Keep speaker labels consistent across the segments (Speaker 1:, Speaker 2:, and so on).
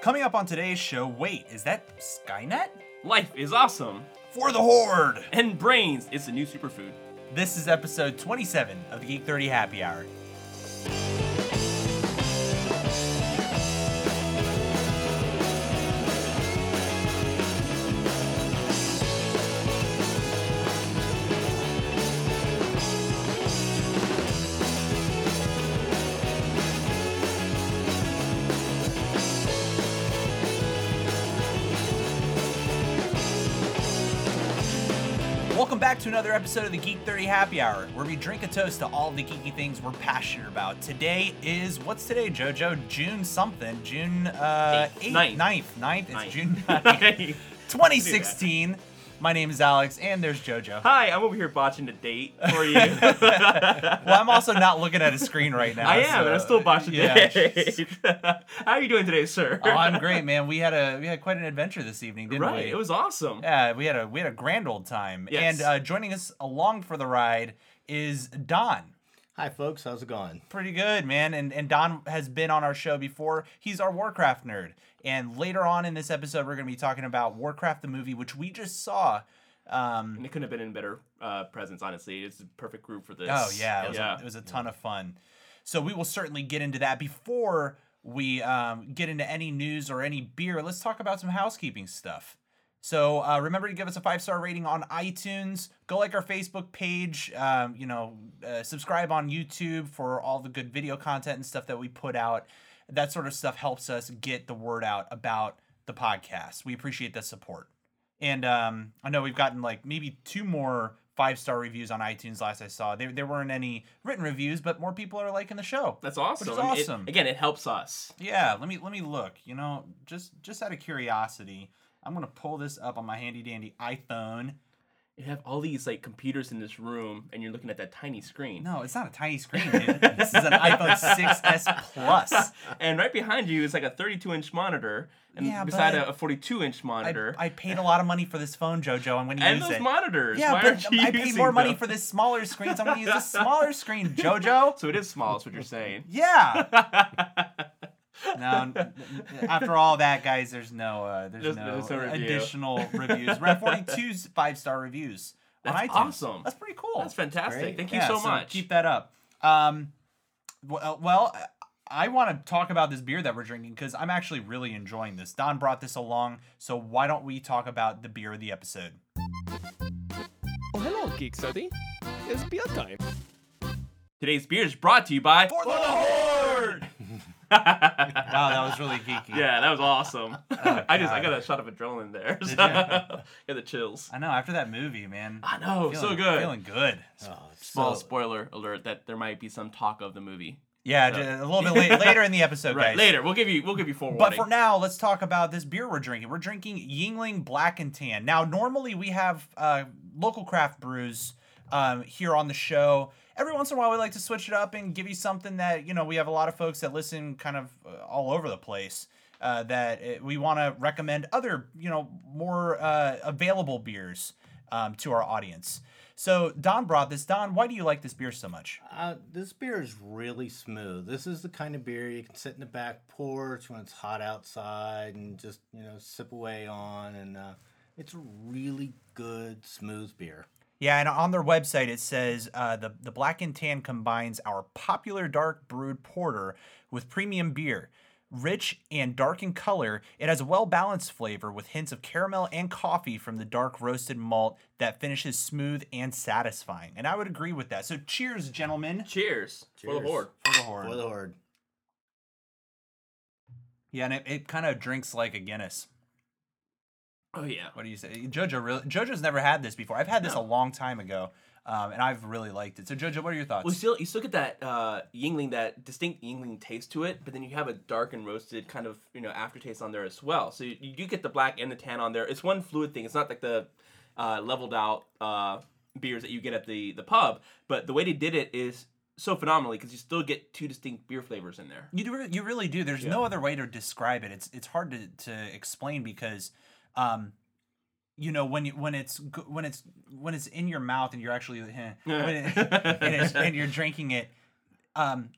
Speaker 1: Coming up on today's show, wait, is that Skynet?
Speaker 2: Life is awesome.
Speaker 1: For the Horde!
Speaker 2: And brains, it's a new superfood.
Speaker 1: This is episode 27 of the Geek 30 Happy Hour. Welcome back to another episode of the Geek 30 Happy Hour, where we drink a toast to all the geeky things we're passionate about. Today is, what's today, JoJo? June something. June uh,
Speaker 2: Eighth.
Speaker 1: 8th.
Speaker 2: Ninth.
Speaker 1: 9th. 9th. It's
Speaker 2: Ninth.
Speaker 1: June 9th.
Speaker 2: Hi,
Speaker 1: 2016. My name is Alex, and there's JoJo.
Speaker 2: I'm over here botching the date for you. I
Speaker 1: Well, I'm also not looking at a screen right now.
Speaker 2: am, and I
Speaker 1: so-
Speaker 2: still botching the
Speaker 1: yeah.
Speaker 2: date. How are you doing today, sir?
Speaker 1: Oh, I'm great, man. We had a we had quite an adventure this evening, didn't
Speaker 2: right.
Speaker 1: we?
Speaker 2: It was awesome.
Speaker 1: Yeah, uh, we had a we had a grand old time.
Speaker 2: Yes.
Speaker 1: And uh, joining us along for the ride is Don.
Speaker 3: Hi, folks. How's it going?
Speaker 1: Pretty good, man. And and Don has been on our show before. He's our Warcraft nerd. And later on in this episode, we're going to be talking about Warcraft the movie, which we just saw. Um,
Speaker 2: And it couldn't have been in better uh, presence, honestly. It's a perfect group for this.
Speaker 1: oh yeah, it was,
Speaker 2: yeah.
Speaker 1: A, it was a ton of fun. So we will certainly get into that before we um, get into any news or any beer. Let's talk about some housekeeping stuff. So uh, remember to give us a five star rating on iTunes. Go like our Facebook page. Um, you know, uh, subscribe on YouTube for all the good video content and stuff that we put out. That sort of stuff helps us get the word out about the podcast. We appreciate the support. And um, I know we've gotten like maybe two more five star reviews on iTunes. Last I saw, there there weren't any written reviews, but more people are liking the show.
Speaker 2: That's awesome.
Speaker 1: Which is
Speaker 2: I mean, it-
Speaker 1: awesome.
Speaker 2: again, it helps us.
Speaker 1: Yeah, let me let me look. You know, just just out of curiosity, I'm gonna pull this up on my handy dandy iPhone.
Speaker 2: You have all these like computers in this room, and you're looking at that tiny screen.
Speaker 1: No, it's not a tiny screen. Dude. this is an iPhone 6s Plus.
Speaker 2: and right behind you is like a 32 inch monitor, and
Speaker 1: Yeah,
Speaker 2: beside
Speaker 1: but
Speaker 2: a 42 inch
Speaker 1: I,
Speaker 2: monitor.
Speaker 1: I paid a lot of money for this phone, Jojo. I'm gonna
Speaker 2: and
Speaker 1: use
Speaker 2: those
Speaker 1: it.
Speaker 2: monitors.
Speaker 1: yeah,
Speaker 2: Why
Speaker 1: but
Speaker 2: aren't you
Speaker 1: I paid
Speaker 2: using
Speaker 1: more money
Speaker 2: them?
Speaker 1: for this smaller screen, so I'm gonna use the smaller screen, Jojo.
Speaker 2: So it is small. Is what you're saying.
Speaker 1: Yeah. No, n- n- after all that, guys, there's no uh, there's,
Speaker 2: There's-
Speaker 1: no,
Speaker 2: there's no review.
Speaker 1: additional reviews. We're at 42 five star reviews on
Speaker 2: That's
Speaker 1: iTunes.
Speaker 2: awesome.
Speaker 1: That's pretty cool.
Speaker 2: That's fantastic.
Speaker 3: Great.
Speaker 2: Thank you
Speaker 1: Yeah,
Speaker 2: so much.
Speaker 1: Keep that up. Um, well, well I want to talk about this beer that we're drinking because I'm actually really enjoying this. Don brought this along, so why don't we talk about the beer of the episode?
Speaker 4: Oh, hello, Geek Study. It's beer time.
Speaker 2: Today's beer is brought to you by.
Speaker 1: Wow, that was really geeky.
Speaker 2: yeah, that was awesome. I just I
Speaker 1: Oh, God.
Speaker 2: got a shot of adrenaline there. So. got the chills.
Speaker 1: I know. After that movie, man,
Speaker 2: I know, so
Speaker 1: feeling-
Speaker 2: good.
Speaker 1: Feeling good.
Speaker 3: Oh, it's
Speaker 2: Small
Speaker 3: so-
Speaker 2: spoiler alert that there might be some talk of the movie.
Speaker 1: Yeah,
Speaker 2: So-
Speaker 1: ju- a little bit late, later in the episode,
Speaker 2: Right
Speaker 1: guys.
Speaker 2: later, we'll give you we'll give you forewarning.
Speaker 1: But for now, let's talk about this beer we're drinking. We're drinking Yingling Black and Tan. Now, normally we have uh, local craft brews um, here on the show. Every once in a while, we like to switch it up and give you something that you know we have a lot of folks that listen kind of uh, all over the place. Uh, that uh we want to recommend other you know more uh, available beers um, to our audience. So Don brought this. Don, why do you like this beer so much?
Speaker 3: Uh, this beer is really smooth. This is the kind of beer you can sit in the back porch when it's hot outside and just you know sip away on, and uh, it's a really good smooth beer.
Speaker 1: Yeah, and on their website it says uh, the the black and tan combines our popular dark brewed porter with premium beer. Rich and dark in color, it has a well balanced flavor with hints of caramel and coffee from the dark roasted malt that finishes smooth and satisfying. And I would agree with that. So, cheers, gentlemen.
Speaker 2: Cheers. For the
Speaker 3: Cheers.
Speaker 2: horde.
Speaker 1: For the
Speaker 3: For
Speaker 1: horn.
Speaker 3: the horde.
Speaker 1: Yeah, and it, it kind of drinks like a Guinness.
Speaker 2: Oh yeah.
Speaker 1: What do you say? Jojo, really, Jojo's never had this before. I've had this
Speaker 2: No.
Speaker 1: a long time ago, um, and I've really liked it. So, Jojo, what are your thoughts?
Speaker 2: Well, you still you still get that uh, Yingling, that distinct Yingling taste to it, but then you have a dark and roasted kind of you know aftertaste on there as well. So you, you do get the black and the tan on there. It's one fluid thing. It's not like the uh, leveled out uh, beers that you get at the the pub. But the way they did it is so phenomenally because you still get two distinct beer flavors in there.
Speaker 1: You do, you really do. There's no other way to describe it. It's it's hard to, to explain because, um, you know when you, when it's go- when it's when it's in your mouth and you're actually eh, when it- and, it's, and you're drinking it, um,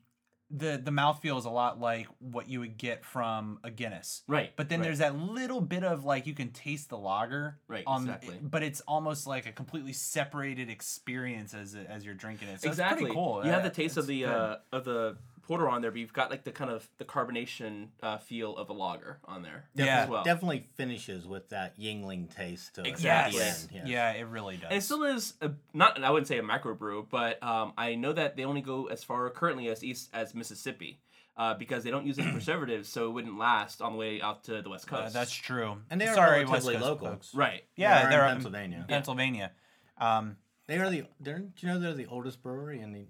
Speaker 1: the the mouthfeel is a lot like what you would get from a Guinness.
Speaker 2: Right.
Speaker 1: But then
Speaker 2: right.
Speaker 1: there's that little bit of like you can taste the lager.
Speaker 2: Right,
Speaker 1: on-
Speaker 2: exactly.
Speaker 1: But it's almost like a completely separated experience as as you're drinking it. So
Speaker 2: exactly.
Speaker 1: It's pretty cool.
Speaker 2: You have
Speaker 1: Uh,
Speaker 2: the taste of
Speaker 1: it's
Speaker 2: the
Speaker 1: good.
Speaker 2: uh, of the porter on there, but you've got like the kind of the carbonation uh, feel of a lager on there.
Speaker 1: Yeah.
Speaker 2: as well.
Speaker 3: Definitely finishes with that Yingling taste to it. at the
Speaker 2: Exactly.
Speaker 1: Yes.
Speaker 3: end,
Speaker 1: Yeah, it really does. Uh,
Speaker 2: And it still is a, not. I wouldn't say a microbrew, but um, I know that they only go as far currently as east as Mississippi. Uh, because they don't use any preservatives, so it wouldn't last on the way out to the west
Speaker 1: Uh,
Speaker 2: coast.
Speaker 1: that's true.
Speaker 3: And they are
Speaker 1: Sorry, West
Speaker 3: relatively
Speaker 1: Coast
Speaker 3: local.
Speaker 1: folks.
Speaker 2: right.
Speaker 1: Yeah,
Speaker 3: they're,
Speaker 1: they're um,
Speaker 3: in
Speaker 1: up in-
Speaker 3: Pennsylvania.
Speaker 1: Pennsylvania. Um,
Speaker 3: They are the. They're, do you know they're the oldest brewery in the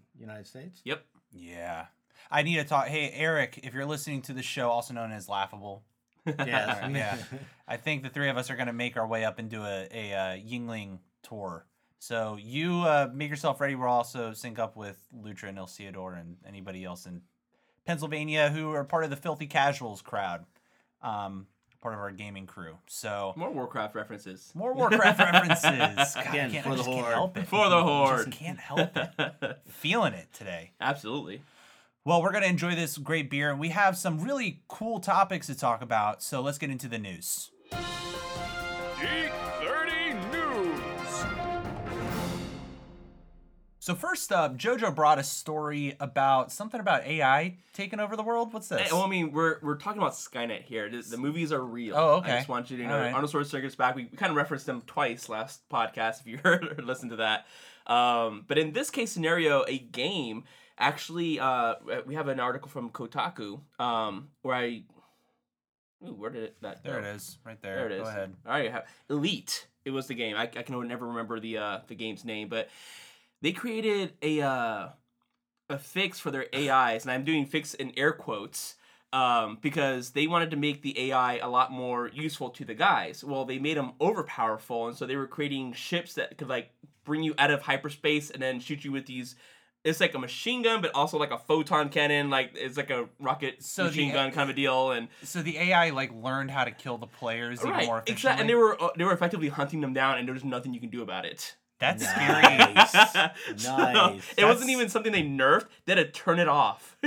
Speaker 3: United States?
Speaker 2: Yep.
Speaker 1: yeah. I need to talk. Hey, Eric, if you're listening to the show, also known as Laughable,
Speaker 3: Yeah.
Speaker 1: yeah. I think the three of us are going to make our way up and do a, a uh, Yingling tour. So you uh, make yourself ready. We'll also sync up with Lutra and El Ciador and anybody else in Pennsylvania who are part of the Filthy Casuals crowd, um, part of our gaming crew. So
Speaker 2: More Warcraft references.
Speaker 1: more Warcraft references. God,
Speaker 3: Again,
Speaker 1: I can't,
Speaker 3: for
Speaker 1: I
Speaker 3: the
Speaker 1: just can't
Speaker 3: horde.
Speaker 1: help it.
Speaker 2: For the
Speaker 1: I
Speaker 2: horde.
Speaker 1: Just can't help it. Feeling it today.
Speaker 2: Absolutely.
Speaker 1: Well, we're going to enjoy this great beer, and we have some really cool topics to talk about. So let's get into the news.
Speaker 4: Geek 30 News.
Speaker 1: So first up, JoJo brought a story about something about AI taking over the world. What's this?
Speaker 2: Hey, well, I mean, we're we're talking about Skynet here. The, the movies are real.
Speaker 1: Oh, okay.
Speaker 2: I just want you to know
Speaker 1: All right.
Speaker 2: Arnold Schwarzenegger's back. We, we kind of referenced him twice last podcast. If you heard or listened to that, um, but in this case scenario, a game actually. Uh, we have an article from Kotaku um, where I. Ooh, where did it, that?
Speaker 1: there
Speaker 2: go?
Speaker 1: it is, right there.
Speaker 2: There it is.
Speaker 1: Go ahead.
Speaker 2: All right, ha- Elite. It was the game. I, I can never remember the uh, the game's name, but they created a uh, a fix for their AIs, and I'm doing fix in air quotes um, because they wanted to make the AI a lot more useful to the guys. Well, they made them overpowerful, and so they were creating ships that could like bring you out of hyperspace and then shoot you with these. It's like a machine gun, but also like a photon cannon. Like it's like a rocket
Speaker 1: So the
Speaker 2: machine
Speaker 1: A-
Speaker 2: gun kind of a deal, and
Speaker 1: So the AI like learned how to kill the players even more
Speaker 2: exact-
Speaker 1: efficiently.
Speaker 2: And they were uh, they were effectively hunting them down, and there was nothing you can do about it.
Speaker 1: That's scary.
Speaker 3: Nice.
Speaker 2: So,
Speaker 3: Nice.
Speaker 2: it
Speaker 1: That's-
Speaker 2: wasn't even something they nerfed. They had to turn it off.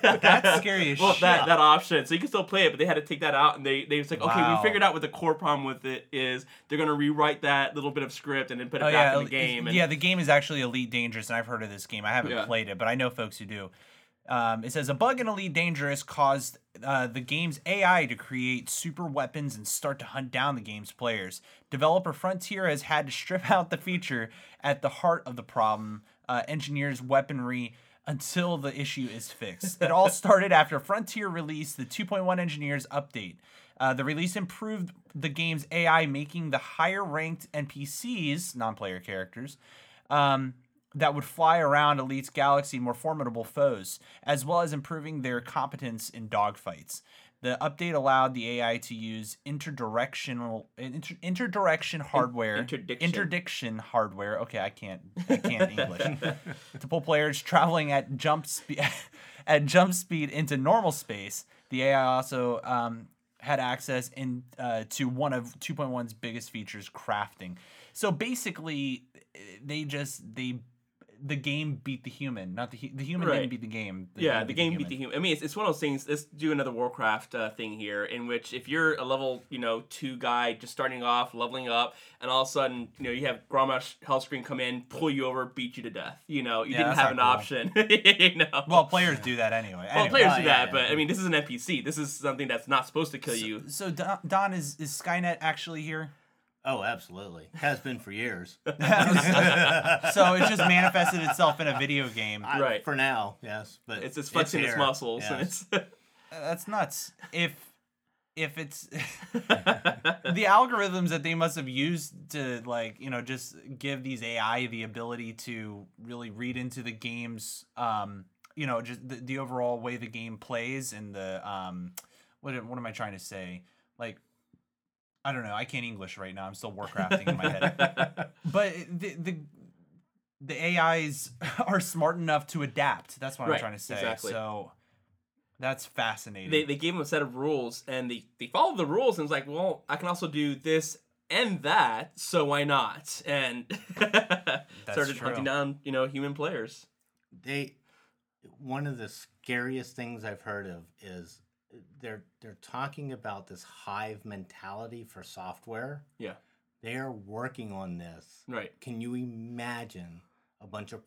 Speaker 2: That's
Speaker 1: scary as
Speaker 2: well,
Speaker 1: shit.
Speaker 2: that that option. So you can still play it, but they had to take that out, and they they was like, okay,
Speaker 1: Wow.
Speaker 2: we figured out what the core problem with it is. They're gonna rewrite that little bit of script and then put it
Speaker 1: Oh
Speaker 2: back
Speaker 1: yeah,
Speaker 2: in the game. And
Speaker 1: yeah. The game is actually Elite Dangerous, and I've heard of this game. I haven't
Speaker 2: Yeah.
Speaker 1: played it, but I know folks who do. Um, it says a bug in Elite Dangerous caused uh, the game's AI to create super weapons and start to hunt down the game's players. Developer Frontier has had to strip out the feature at the heart of the problem, uh, engineers' weaponry, until the issue is fixed. It all started after Frontier released the 2.1 Engineers update. Uh, the release improved the game's AI, making the higher ranked NPCs, non player characters, um, that would fly around Elite's galaxy more formidable foes, as well as improving their competence in dogfights. The update allowed the AI to use interdirectional inter, interdirection hardware
Speaker 2: interdiction.
Speaker 1: interdiction hardware. Okay, I can't I can't English. to pull players traveling at jump speed at jump speed into normal space. The AI also um, had access in uh, to one of 2.1's biggest features, crafting. So basically, eh, they just they the game beat the human, not the hu- the human
Speaker 2: Right.
Speaker 1: didn't beat the game.
Speaker 2: Yeah, the game beat the human. I mean, it's, it's one of those things. Let's do another Warcraft uh, thing here, in which if you're a level, you know, two guy just starting off, leveling up, and all of a sudden, you know, you have Grandma Hellscream come in, pull you over, beat you to death. You know, you
Speaker 1: Yeah,
Speaker 2: didn't
Speaker 1: that's
Speaker 2: have an
Speaker 1: not
Speaker 2: option. you know,
Speaker 1: Well, players do that anyway.
Speaker 2: Well,
Speaker 1: Anyway.
Speaker 2: players do
Speaker 3: Oh,
Speaker 2: that,
Speaker 3: yeah, yeah.
Speaker 2: but I mean, this is an NPC. This is something that's not supposed to kill you.
Speaker 1: So Don, Don is is Skynet actually here?
Speaker 3: Oh, absolutely. Has been for years.
Speaker 1: so it just manifested itself in a video game.
Speaker 3: I-
Speaker 2: Right.
Speaker 3: For now, yes. But
Speaker 2: It's it's flexing its,
Speaker 3: here,
Speaker 2: muscles, and
Speaker 3: yes.
Speaker 2: it's
Speaker 1: That's nuts. If if it's the algorithms that they must have used to like you know just give these AI the ability to really read into the game's um you know just the, the overall way the game plays and the um what am- what am I trying to say like I don't know I can't English right now I'm still Warcrafting in my head but the the the AIs are smart enough to adapt. That's what I'm
Speaker 2: Right,
Speaker 1: trying to say.
Speaker 2: exactly.
Speaker 1: So that's fascinating.
Speaker 2: they, they gave him a set of rules and they, they followed the rules and was like, well, I can also do this and that, so why not? And started
Speaker 1: true.
Speaker 2: hunting down, you know, human players.
Speaker 3: They one of the scariest things I've heard of is they're they're talking about this hive mentality for software.
Speaker 2: Yeah.
Speaker 3: They are working on this.
Speaker 2: Right.
Speaker 3: Can you imagine a bunch of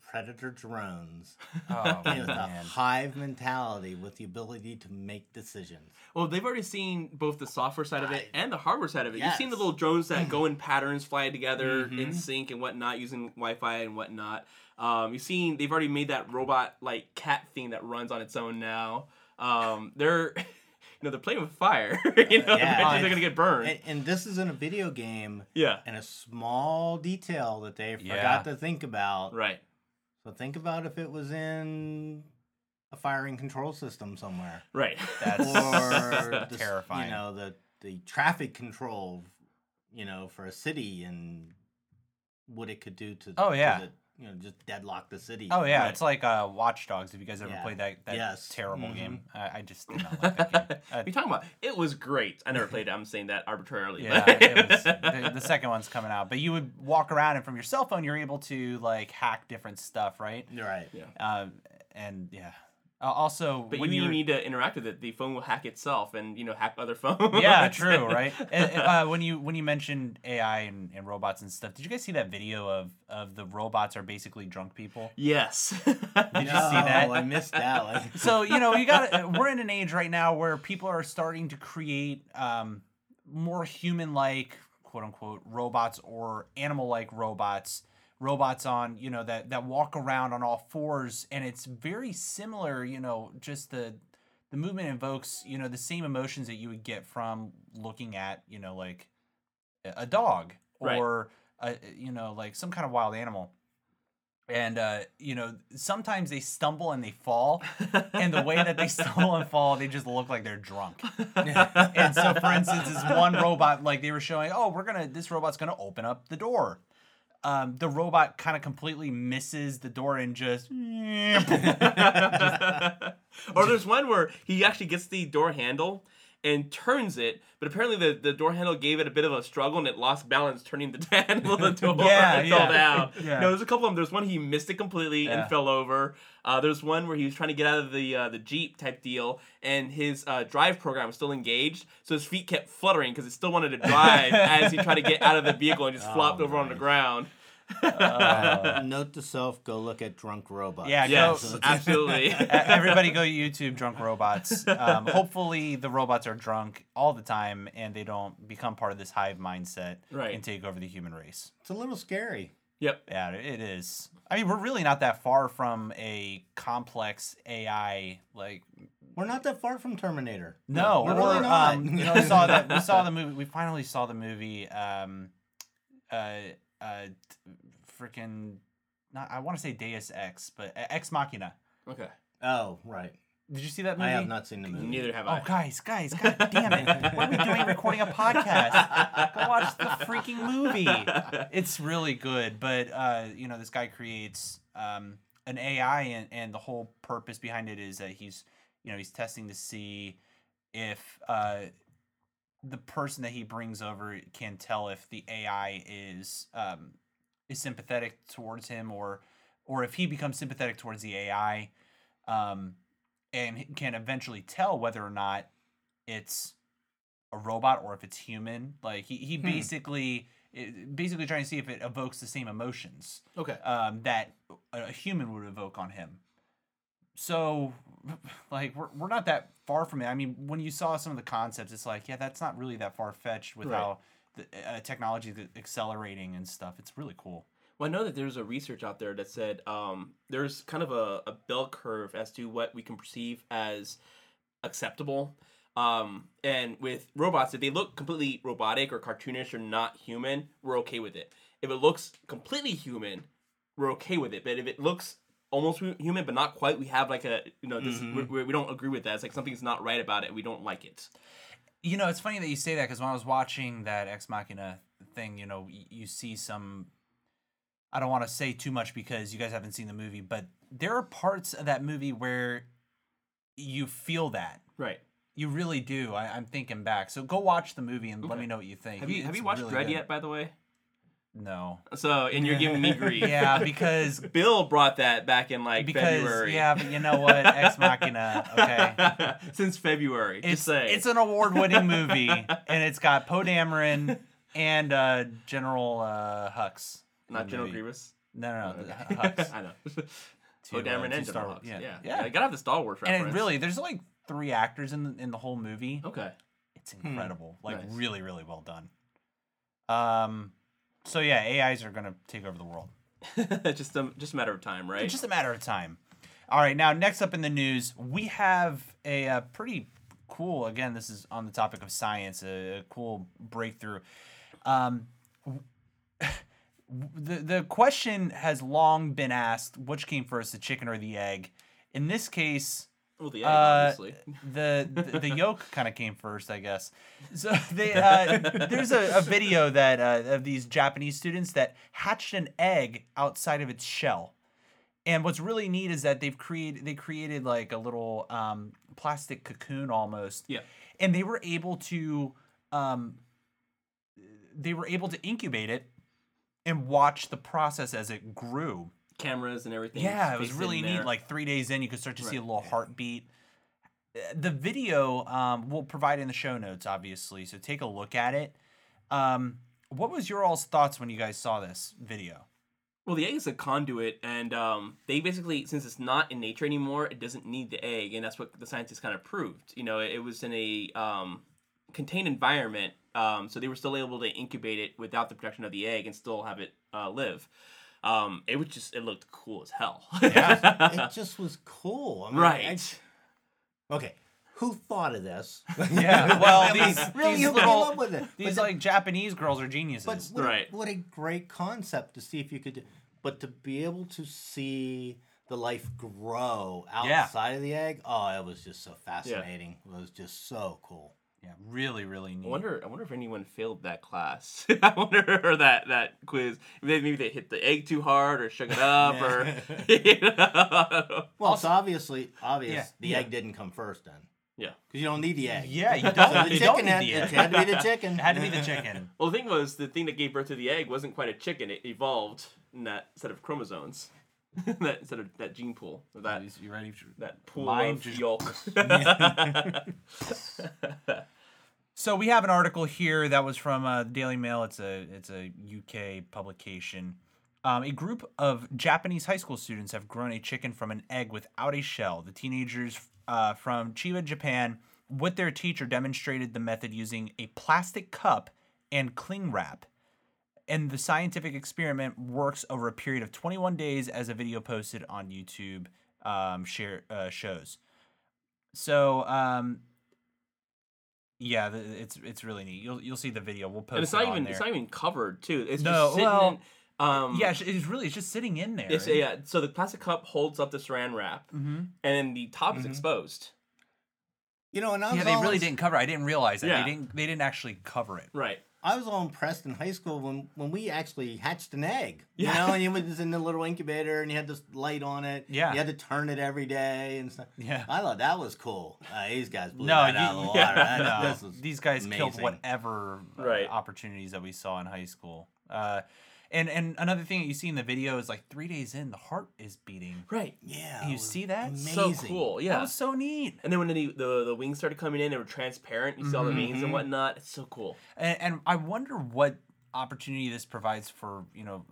Speaker 3: predator drones
Speaker 1: Oh,
Speaker 3: with a hive mentality with the ability to make decisions?
Speaker 2: Well, they've already seen both the software side of it and the hardware side of it. You've seen the
Speaker 3: Yes.
Speaker 2: little drones that go in patterns, fly together in sync and whatnot, using Wi-Fi and whatnot. Um, you've seen they've already made that robot like cat thing that runs on its own now. Um, they're, you know, they're playing with fire. you know,
Speaker 3: Yeah.
Speaker 2: eventually they're gonna get burned.
Speaker 3: And, and this is in a video game
Speaker 2: yeah,
Speaker 3: and a small detail that they forgot
Speaker 1: Yeah.
Speaker 3: to think about.
Speaker 2: right.
Speaker 3: So think about if it was in a firing control system somewhere.
Speaker 2: Right.
Speaker 1: That's
Speaker 3: or the, terrifying.
Speaker 1: terrifying.
Speaker 3: You know the the traffic control, you know, for a city and what it could do to.
Speaker 1: Oh,
Speaker 3: to
Speaker 1: yeah.
Speaker 3: the, you know, just deadlock the city.
Speaker 1: Oh yeah,
Speaker 2: Right.
Speaker 1: it's like uh, Watch Dogs. If you guys ever
Speaker 3: Yeah.
Speaker 1: played that, that
Speaker 3: Yes.
Speaker 1: terrible
Speaker 2: Mm-hmm.
Speaker 3: Mhm.
Speaker 1: game, I, I just did not like that game. Uh,
Speaker 2: What are you talking about? It was great. I never played it. I'm saying that arbitrarily.
Speaker 1: yeah,
Speaker 2: but-
Speaker 1: it was, the, the second one's coming out, but you would walk around and from your cell phone, you're able to like hack different stuff, right?
Speaker 3: You're right.
Speaker 2: Yeah.
Speaker 1: Um, and yeah, uh, also
Speaker 2: But
Speaker 1: when
Speaker 2: you, you
Speaker 1: you're-
Speaker 2: need to interact with it. The phone will hack itself and you know hack other phones.
Speaker 1: yeah, true, right? And, and, uh, when you when you mentioned AI and, and robots and stuff, did you guys see that video of of the robots are basically drunk people?
Speaker 2: Yes.
Speaker 1: Did you see that?
Speaker 3: No, I missed that. one.
Speaker 1: so you know you got we're in an age right now where people are starting to create um, more human-like quote unquote robots or animal-like robots robots on you know that that walk around on all fours and it's very similar you know just the the movement invokes you know the same emotions that you would get from looking at you know like a a dog
Speaker 2: Right.
Speaker 1: or a, you know like some kind of wild animal and uh, you know sometimes they stumble and they fall and the way that they stumble and fall they just look like they're drunk and so for instance this one robot like they were showing oh we're gonna this robot's gonna open up the door um, the robot kind of completely misses the door and just E-,
Speaker 2: or there's one where he actually gets the door handle and turns it, but apparently the, the door handle gave it a bit of a struggle and it lost balance turning the handle of the door
Speaker 1: Yeah,
Speaker 2: and
Speaker 1: yeah.
Speaker 2: fell down.
Speaker 1: Yeah.
Speaker 2: No, there's a couple of them. There's one he missed it completely
Speaker 1: Yeah.
Speaker 2: and fell over. Uh, there's one where he was trying to get out of the uh, the Jeep type deal and his uh, drive program was still engaged, so his feet kept fluttering because it still wanted to drive as he tried to get out of the vehicle and just flopped over on the
Speaker 3: nice.
Speaker 2: ground.
Speaker 3: Note to self: Go look at drunk robots.
Speaker 1: Yeah,
Speaker 2: Yes,
Speaker 1: go-
Speaker 2: absolutely.
Speaker 1: E- Everybody go to YouTube drunk robots. Um, hopefully the robots are drunk all the time and they don't become part of this hive mindset
Speaker 2: Right.
Speaker 1: and take over the human race.
Speaker 3: it's a little scary.
Speaker 2: yep.
Speaker 1: Yeah, it is. I mean, we're really not that far from a complex AI like
Speaker 3: We're not that far from Terminator.
Speaker 1: no,
Speaker 3: we're
Speaker 1: or
Speaker 3: really not.
Speaker 1: um, you know, I saw that we saw the movie. We finally saw the movie. Um, uh, uh, freaking, not I want to say Deus Ex, but uh, Ex Machina.
Speaker 2: Okay.
Speaker 3: Oh, right.
Speaker 1: Did you see that movie?
Speaker 3: I have not seen the movie.
Speaker 2: Neither have I.
Speaker 1: Oh, guys, guys, god damn it. What are we doing recording a podcast? Go watch the freaking movie. It's really good, but, uh, you know, this guy creates um, an AI, and, and the whole purpose behind it is that he's, you know, he's testing to see if uh, the person that he brings over can tell if the AI is um, is sympathetic towards him or or if he becomes sympathetic towards the AI. Um, and h- can eventually tell whether or not it's a robot or if it's human. Like he, he basically it, basically trying to see if it evokes the same emotions
Speaker 2: Okay.
Speaker 1: um, that a, a human would evoke on him. So, like we're we're not that far from it. I mean, when you saw some of the concepts, it's like yeah, that's not really that far fetched with
Speaker 2: Right.
Speaker 1: how the uh, technology is accelerating and stuff. It's really cool.
Speaker 2: Well, I know that there's a research out there that said um, there's kind of a, a bell curve as to what we can perceive as acceptable. Um, and with robots, if they look completely robotic or cartoonish or not human, we're okay with it. If it looks completely human, we're okay with it. But if it looks almost hu- human but not quite, we have like a you know this
Speaker 1: Mm-hmm.
Speaker 2: we, we don't agree with that. It's like something's not right about it. We don't like it.
Speaker 1: You know, it's funny that you say that because when I was watching that Ex Machina thing, you know, y- you see some. I don't want to say too much because you guys haven't seen the movie, but there are parts of that movie where you feel that.
Speaker 2: Right.
Speaker 1: You really do. I, I'm thinking back. So go watch the movie and let
Speaker 2: Okay.
Speaker 1: me know what you think.
Speaker 2: Have you
Speaker 1: It's
Speaker 2: have you watched
Speaker 1: really
Speaker 2: Dread
Speaker 1: good.
Speaker 2: yet? By the way.
Speaker 1: No.
Speaker 2: So, and you're giving me grief.
Speaker 1: Yeah, because
Speaker 2: Bill brought that back in like
Speaker 1: because
Speaker 2: February.
Speaker 1: yeah, but you know what? Ex Machina. Okay.
Speaker 2: Since February.
Speaker 1: It's
Speaker 2: just saying.
Speaker 1: it's an award-winning movie, and it's got Poe Dameron and uh, General uh, Hux. in
Speaker 2: not
Speaker 1: the
Speaker 2: General
Speaker 1: movie.
Speaker 2: Grievous.
Speaker 1: No, no, no. the Hux.
Speaker 2: I know.
Speaker 1: To,
Speaker 2: Oh,
Speaker 1: uh,
Speaker 2: Dameron
Speaker 1: to
Speaker 2: and
Speaker 1: Star
Speaker 2: General
Speaker 1: Wars.
Speaker 2: Hux. Yeah.
Speaker 1: Yeah.
Speaker 2: yeah.
Speaker 1: Yeah.
Speaker 2: I gotta have the Star Wars reference.
Speaker 1: And it really, there's like three actors in the, in the whole movie.
Speaker 2: Okay.
Speaker 1: It's incredible. Like
Speaker 2: Oh. Hmm. Nice.
Speaker 1: really, really well done. Um, so yeah, AIs are gonna take over the world.
Speaker 2: just a just a matter of time, right?
Speaker 1: It's just a matter of time. All right, now next up in the news, we have a, uh pretty cool. Again, this is on the topic of science. A, a cool breakthrough. Um, w- the the question has long been asked: which came first, the chicken or the egg? In this case,
Speaker 2: well, the egg,
Speaker 1: uh,
Speaker 2: obviously.
Speaker 1: the, the the yolk kind of came first, I guess. So they uh, there's a, a video that uh, of these Japanese students that hatched an egg outside of its shell. And what's really neat is that they've created they created like a little um, plastic cocoon almost.
Speaker 2: Yeah.
Speaker 1: And they were able to um, they were able to incubate it and watch the process as it grew.
Speaker 2: Cameras and everything.
Speaker 1: Yeah, it was
Speaker 2: spaced in
Speaker 1: really neat.
Speaker 2: there.
Speaker 1: Like three days in, you could start to see a little heartbeat. Uh, The video um, we'll provide in the show notes, obviously. So take a look at it. Um, what was your all's thoughts when you guys saw this video?
Speaker 2: Well, the egg is a conduit, and um, they basically, since it's not in nature anymore, it doesn't need the egg, and that's what the scientists kind of proved. You know, it, it was in a um, contained environment, um, so they were still able to incubate it without the protection of the egg and still have it uh, live. Um, it was just, it looked cool as hell.
Speaker 3: it just was cool. I mean,
Speaker 2: right.
Speaker 3: I- okay. Who thought of this?
Speaker 1: Yeah, well,
Speaker 3: I mean,
Speaker 1: these,
Speaker 3: really,
Speaker 1: these
Speaker 3: who
Speaker 1: little-
Speaker 3: came up with it? But
Speaker 1: These
Speaker 3: the-
Speaker 1: like Japanese girls are geniuses.
Speaker 3: But what,
Speaker 2: Right.
Speaker 3: a, what a great concept to see if you could do. But to be able to see the life grow
Speaker 1: Yeah.
Speaker 3: outside of the egg, oh, it was just so fascinating. It was just so cool.
Speaker 1: yeah, really, really neat.
Speaker 2: I wonder. I wonder if anyone failed that class. I wonder or that that quiz. Maybe, maybe they hit the egg too hard or shook it up or. you know.
Speaker 3: Well, it's obviously obvious
Speaker 1: Yeah,
Speaker 3: the
Speaker 1: yeah.
Speaker 3: egg didn't come first then.
Speaker 2: Yeah.
Speaker 3: Because you don't need the egg.
Speaker 1: Yeah, you
Speaker 3: So
Speaker 1: don't.
Speaker 3: the
Speaker 1: you
Speaker 3: chicken
Speaker 1: don't
Speaker 3: had,
Speaker 1: need the
Speaker 3: it
Speaker 1: egg.
Speaker 3: had to be the chicken.
Speaker 1: It had to be the chicken.
Speaker 2: Well, the thing was, the thing that gave birth to the egg wasn't quite a chicken. It evolved in that set of chromosomes, that set of that gene pool, or that
Speaker 1: You ready?
Speaker 2: that pool
Speaker 1: Mine
Speaker 2: of
Speaker 1: just-
Speaker 2: yolk.
Speaker 1: So we have an article here that was from uh, the Daily Mail. It's a it's a UK publication. Um, a group of Japanese high school students have grown a chicken from an egg without a shell. The teenagers uh, from Chiba, Japan, with their teacher, demonstrated the method using a plastic cup and cling wrap. And the scientific experiment works over a period of 21 days, as a video posted on YouTube um, share uh, shows. So um, yeah, th- it's it's really neat. You'll you'll see the video. We'll post.
Speaker 2: and it's not
Speaker 1: it on
Speaker 2: even
Speaker 1: there.
Speaker 2: it's not even covered too. It's
Speaker 1: No,
Speaker 2: just sitting.
Speaker 1: well,
Speaker 2: in, um,
Speaker 1: yeah, it's- it's really it's just sitting in there.
Speaker 2: It's yeah. So the plastic cup holds up the saran wrap,
Speaker 1: hmm
Speaker 2: and then the top
Speaker 1: Mm-hmm.
Speaker 2: is exposed.
Speaker 3: You know, and I was
Speaker 1: Yeah, they really
Speaker 3: always-
Speaker 1: didn't cover. It. I didn't realize that
Speaker 2: Yeah.
Speaker 1: they didn't they didn't actually cover it.
Speaker 2: Right.
Speaker 3: I was all impressed in high school when, when we actually hatched an egg.
Speaker 2: Yeah.
Speaker 3: You know, and it was in the little incubator and you had this light on it.
Speaker 1: Yeah.
Speaker 3: You had to turn it every day and stuff.
Speaker 1: Yeah.
Speaker 3: I thought that was cool. Uh, these guys blew
Speaker 1: No,
Speaker 3: that out
Speaker 1: you-
Speaker 3: of the water. That-
Speaker 1: No,
Speaker 3: this was
Speaker 1: Uh, these guys killed
Speaker 3: amazing.
Speaker 1: whatever uh,
Speaker 2: Right.
Speaker 1: opportunities that we saw in high school. Uh, and and another thing that you see in the video is like three days in, the heart is beating.
Speaker 2: Right.
Speaker 3: Yeah.
Speaker 1: You
Speaker 3: it was
Speaker 1: see that?
Speaker 2: So
Speaker 3: Amazing.
Speaker 2: cool. Yeah.
Speaker 1: That was so neat.
Speaker 2: and then when the, the the wings started coming in, they were transparent. You see all the veins
Speaker 1: Mm-hmm.
Speaker 2: and whatnot. It's so cool.
Speaker 1: and, and I wonder what opportunity this provides for you know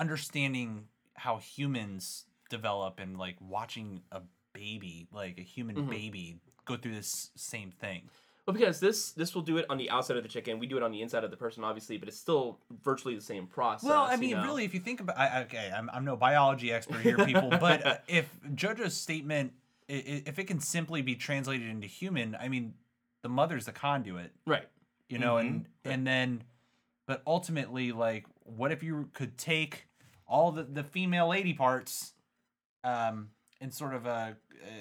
Speaker 1: understanding how humans develop and like watching a baby like a human baby go through this same thing
Speaker 2: Well, because this this will do it on the outside of the chicken. We do it on the inside of the person, obviously, but it's still virtually the same process.
Speaker 1: well i
Speaker 2: you
Speaker 1: mean
Speaker 2: know?
Speaker 1: really if you think about I, okay I'm, I'm no biology expert here people but uh, if jojo's statement i- i- if it can simply be translated into human i mean the mother's the conduit
Speaker 2: right?
Speaker 1: you know and and then but ultimately like what if you could take all the the female lady parts um in sort of a,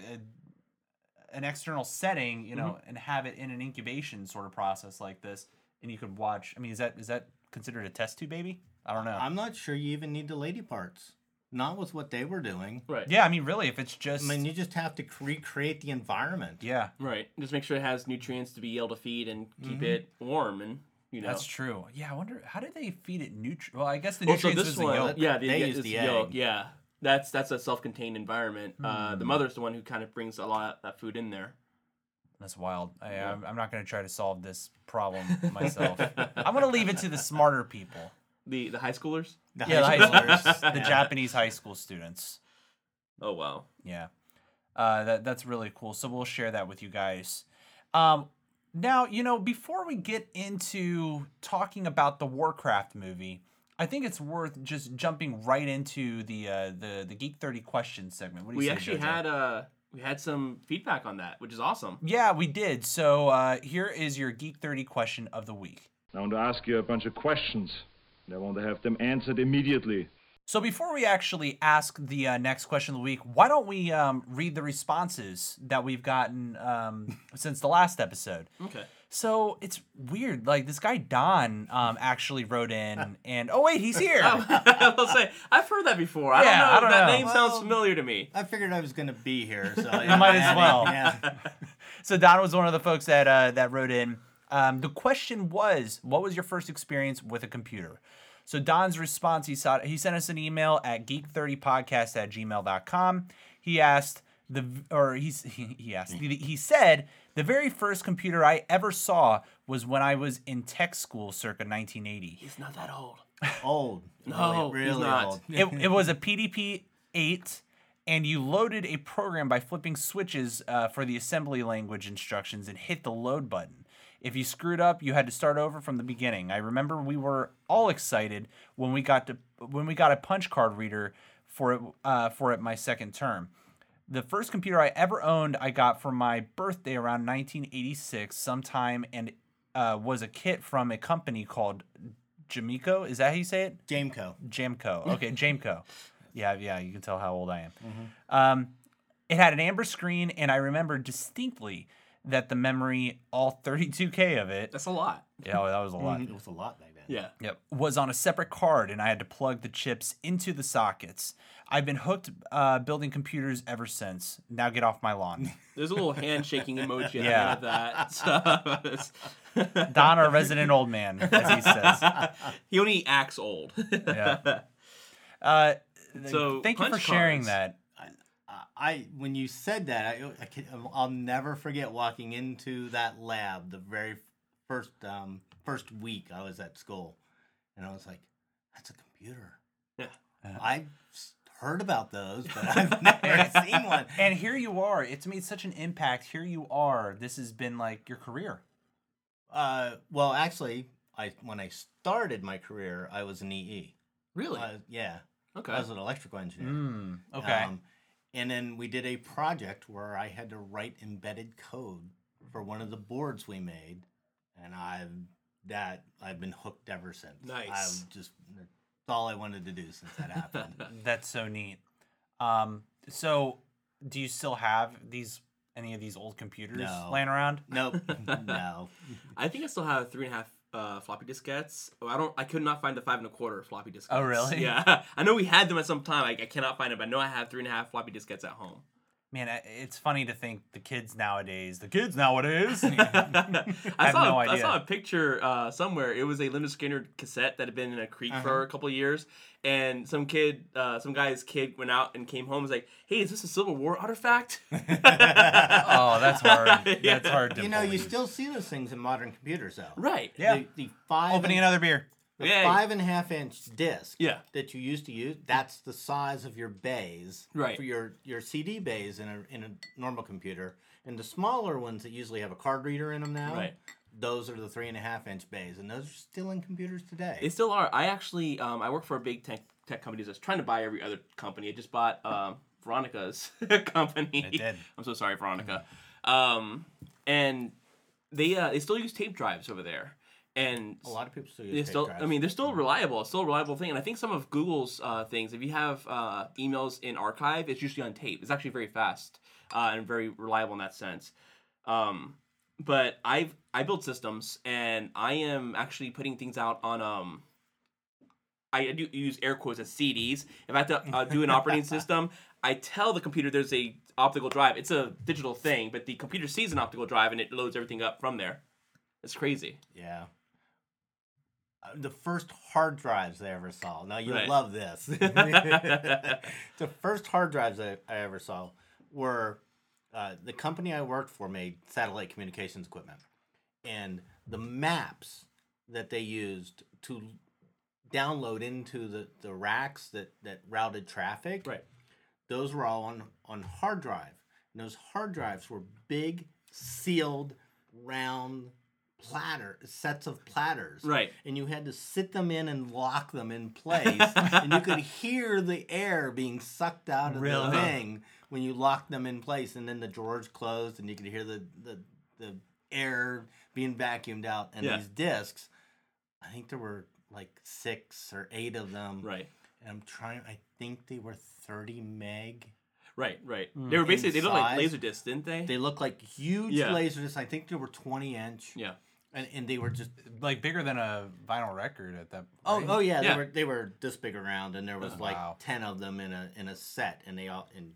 Speaker 1: a an external setting you know and have it in an incubation sort of process like this and you could watch i mean is that is that considered a test tube baby i don't know
Speaker 3: I'm not sure you even need the lady parts. Not with what they were doing.
Speaker 2: Right.
Speaker 1: yeah i mean really if it's just
Speaker 3: I mean, you just have to cre- recreate the environment.
Speaker 1: yeah Mm-hmm.
Speaker 2: Right. Just make sure it has nutrients to be able to feed and keep it warm and You know,
Speaker 1: That's true. Yeah, I wonder how did they feed it nutrients? Well, I guess the
Speaker 2: Well, so
Speaker 1: nutrients was the yolk.
Speaker 2: yeah, the,
Speaker 3: They
Speaker 2: yeah,
Speaker 3: use
Speaker 2: it's
Speaker 3: the egg.
Speaker 2: Yeah, that's that's a self-contained environment. Uh,
Speaker 1: Mm.
Speaker 2: the mother's the one who kind of brings a lot of that food in there.
Speaker 1: That's wild. I, I'm- I'm not going to try to solve this problem myself. I'm going to leave it to the smarter people.
Speaker 2: The the high schoolers.
Speaker 3: The
Speaker 1: Yeah, the, high
Speaker 3: schoolers.
Speaker 1: schoolers, the
Speaker 3: Yeah.
Speaker 1: Japanese high school students.
Speaker 2: Oh wow.
Speaker 1: Yeah, uh, that that's really cool. So we'll share that with you guys. Um, now you know before we get into talking about the Warcraft movie, I think it's worth just jumping right into the uh, the the Geek Thirty questions segment. What do you
Speaker 2: We
Speaker 1: say,
Speaker 2: actually
Speaker 1: Jojo?
Speaker 2: had uh we had some feedback on that, which is awesome.
Speaker 1: Yeah, we did. So uh, here is your Geek Thirty question of the week.
Speaker 5: I want to ask you a bunch of questions, and I want to have them answered immediately.
Speaker 1: So before we actually ask the uh, next question of the week, why don't we um, read the responses that we've gotten um, since the last episode?
Speaker 2: Okay.
Speaker 1: So it's weird. Like this guy Don um, actually wrote in, and oh wait, he's here.
Speaker 2: I will say I've heard that before. I
Speaker 1: Yeah,
Speaker 2: don't know.
Speaker 1: I don't
Speaker 2: that
Speaker 1: know.
Speaker 2: name
Speaker 3: Well-
Speaker 2: sounds familiar to me.
Speaker 3: I figured I was gonna be here, so
Speaker 1: You might as
Speaker 3: yeah,
Speaker 1: well.
Speaker 3: Yeah.
Speaker 1: So Don was one of the folks that uh, that wrote in. Um, the question was, what was your first experience with a computer? So Don's response, he, saw, he sent us an email at geek30podcast at gmail.com. He asked, the v- or he's, he, he asked, he, he said, the very first computer I ever saw was when I was in tech school circa 1980.
Speaker 2: He's not that old.
Speaker 3: Old.
Speaker 2: No,
Speaker 3: really,
Speaker 2: he's
Speaker 3: really
Speaker 2: not.
Speaker 3: old.
Speaker 1: it, it was a PDP 8, and you loaded a program by flipping switches uh, for the assembly language instructions and hit the load button. If you screwed up, you had to start over from the beginning. I remember we were all excited when we got to when we got a punch card reader for it uh, for it my second term. The first computer I ever owned, I got for my birthday around 1986 sometime, and uh, was a kit from a company called Jamico. Is that how you say it?
Speaker 3: Jameco.
Speaker 1: Jamco. Okay, Jamco. Yeah, yeah, you can tell how old I am.
Speaker 2: Mm-hmm.
Speaker 1: Um, it had an amber screen, and I remember distinctly that the memory, all 32K of it,
Speaker 2: That's Mm-hmm. a lot.
Speaker 1: yeah, that was a lot,
Speaker 3: It was a lot back then.
Speaker 2: Yeah.
Speaker 1: yep. was on a separate card, and I had to plug the chips into the sockets. I've been hooked uh, building computers ever since. Now get off my lawn.
Speaker 2: There's a little handshaking emoji
Speaker 1: Yeah.
Speaker 2: yeah. of that. So it's-
Speaker 1: Don, our resident old man, as he says.
Speaker 2: he only acts old.
Speaker 1: Yeah. Uh,
Speaker 2: So,
Speaker 1: thank you for
Speaker 2: punch
Speaker 1: sharing
Speaker 2: cards.
Speaker 1: that.
Speaker 3: I- Uh, I when you said that, I, I can, um, I'll never forget walking into that lab the very first um, first week I was at school, and I was like, "That's a computer."
Speaker 2: Yeah.
Speaker 3: I've s- heard about those, but I've never seen one.
Speaker 1: And here you are. It's made such an impact. Here you are. This has been like your career.
Speaker 3: Uh, well, actually, I when I started my career, I was an EE.
Speaker 2: really?
Speaker 3: Uh, yeah,
Speaker 2: okay.
Speaker 3: I was an electrical engineer.
Speaker 1: Mm, okay.
Speaker 3: Um, and then we did a project where I had to write embedded code for one of the boards we made, and I've that I've been hooked ever since.
Speaker 2: Nice.
Speaker 3: I've just that's all I wanted to do since that happened.
Speaker 1: That's so neat. Um, so do you still have these any of these old computers
Speaker 3: No.
Speaker 1: laying around?
Speaker 3: nope, no.
Speaker 2: I think I still have three and a half uh, floppy diskettes. Oh, I don't. I could not find the five and a quarter floppy diskettes.
Speaker 1: Oh, really?
Speaker 2: Yeah. I know we had them at some time. I, I cannot find them. But I know I have three and a half floppy diskettes at home.
Speaker 1: Man, I- it's funny to think the kids nowadays, the kids nowadays.
Speaker 2: I,
Speaker 1: have
Speaker 2: saw
Speaker 1: no
Speaker 2: a,
Speaker 1: idea.
Speaker 2: I saw a picture uh, somewhere. It was a Leonard Skinner cassette that had been in a creek
Speaker 1: Uh-huh.
Speaker 2: for a couple of years, and some kid, uh, some guy's kid, went out and came home. and Was like, "Hey, is this a Civil War artifact?"
Speaker 1: oh, that's hard.
Speaker 2: Yeah.
Speaker 1: That's hard to
Speaker 3: You know, you
Speaker 1: believe.
Speaker 3: still see those things in modern computers, though.
Speaker 2: right.
Speaker 1: Yeah.
Speaker 3: The, the five
Speaker 1: opening
Speaker 3: and,
Speaker 1: another beer.
Speaker 3: the
Speaker 2: Yay.
Speaker 3: five and a half inch disc.
Speaker 2: Yeah.
Speaker 3: That you used to use. That's the size of your bays.
Speaker 2: Right.
Speaker 3: For your your CD bays in a in a normal computer, and the smaller ones that usually have a card reader in them now.
Speaker 2: Right.
Speaker 3: Those are the three and a half inch bays, and those are still in computers today.
Speaker 2: They still are. I actually, um, I work for a big tech tech company. that's trying to buy every other company. I just bought um, Veronica's company.
Speaker 1: It did. Mm-hmm.
Speaker 2: I'm so sorry, Veronica. Um, and they uh, they still use tape drives over there. And
Speaker 3: a lot of people still use.
Speaker 2: they
Speaker 3: tape
Speaker 2: still,
Speaker 3: drives.
Speaker 2: I mean, they're still reliable. It's still a reliable thing. And I think some of Google's uh, things, if you have uh, emails in archive, it's usually on tape. It's actually very fast uh, and very reliable in that sense. Um, but I've I build systems, and I am actually putting things out on um. I do use air quotes as CDs. If I have to uh, do an operating system, I tell the computer there's a optical drive. It's a digital thing, but the computer sees an optical drive and it loads everything up from there. It's crazy.
Speaker 3: Yeah. uh, the first hard drives I ever saw. Now you'll
Speaker 2: Right.
Speaker 3: love this. the first hard drives I, I ever saw were uh, the company I worked for made satellite communications equipment, and the maps that they used to download into the, the racks that, that routed traffic
Speaker 2: Right.
Speaker 3: those were all on on hard drive and those hard drives were big sealed round platter sets of platters
Speaker 2: Right.
Speaker 3: and you had to sit them in and lock them in place and you could hear the air being sucked out of
Speaker 1: Really?
Speaker 3: the thing when you locked them in place and then the drawers closed and you could hear the the, the air being vacuumed out and
Speaker 2: Yeah.
Speaker 3: these discs i think there were like six or eight of them
Speaker 2: Right.
Speaker 3: and I'm trying. I think they were 30 meg.
Speaker 2: Right. Right. They were basically they looked like
Speaker 3: Inside.
Speaker 2: laser discs, didn't they?
Speaker 3: Mm. They look like huge
Speaker 2: Yeah.
Speaker 3: laser discs. I think they were 20 inch.
Speaker 2: yeah.
Speaker 3: And, and they were just
Speaker 1: like bigger than a vinyl record at that.
Speaker 3: oh
Speaker 1: right?
Speaker 3: oh yeah,
Speaker 2: Yeah.
Speaker 3: they were they were this big around and there was like
Speaker 1: wow.
Speaker 3: 10 of them in a in a set and they all and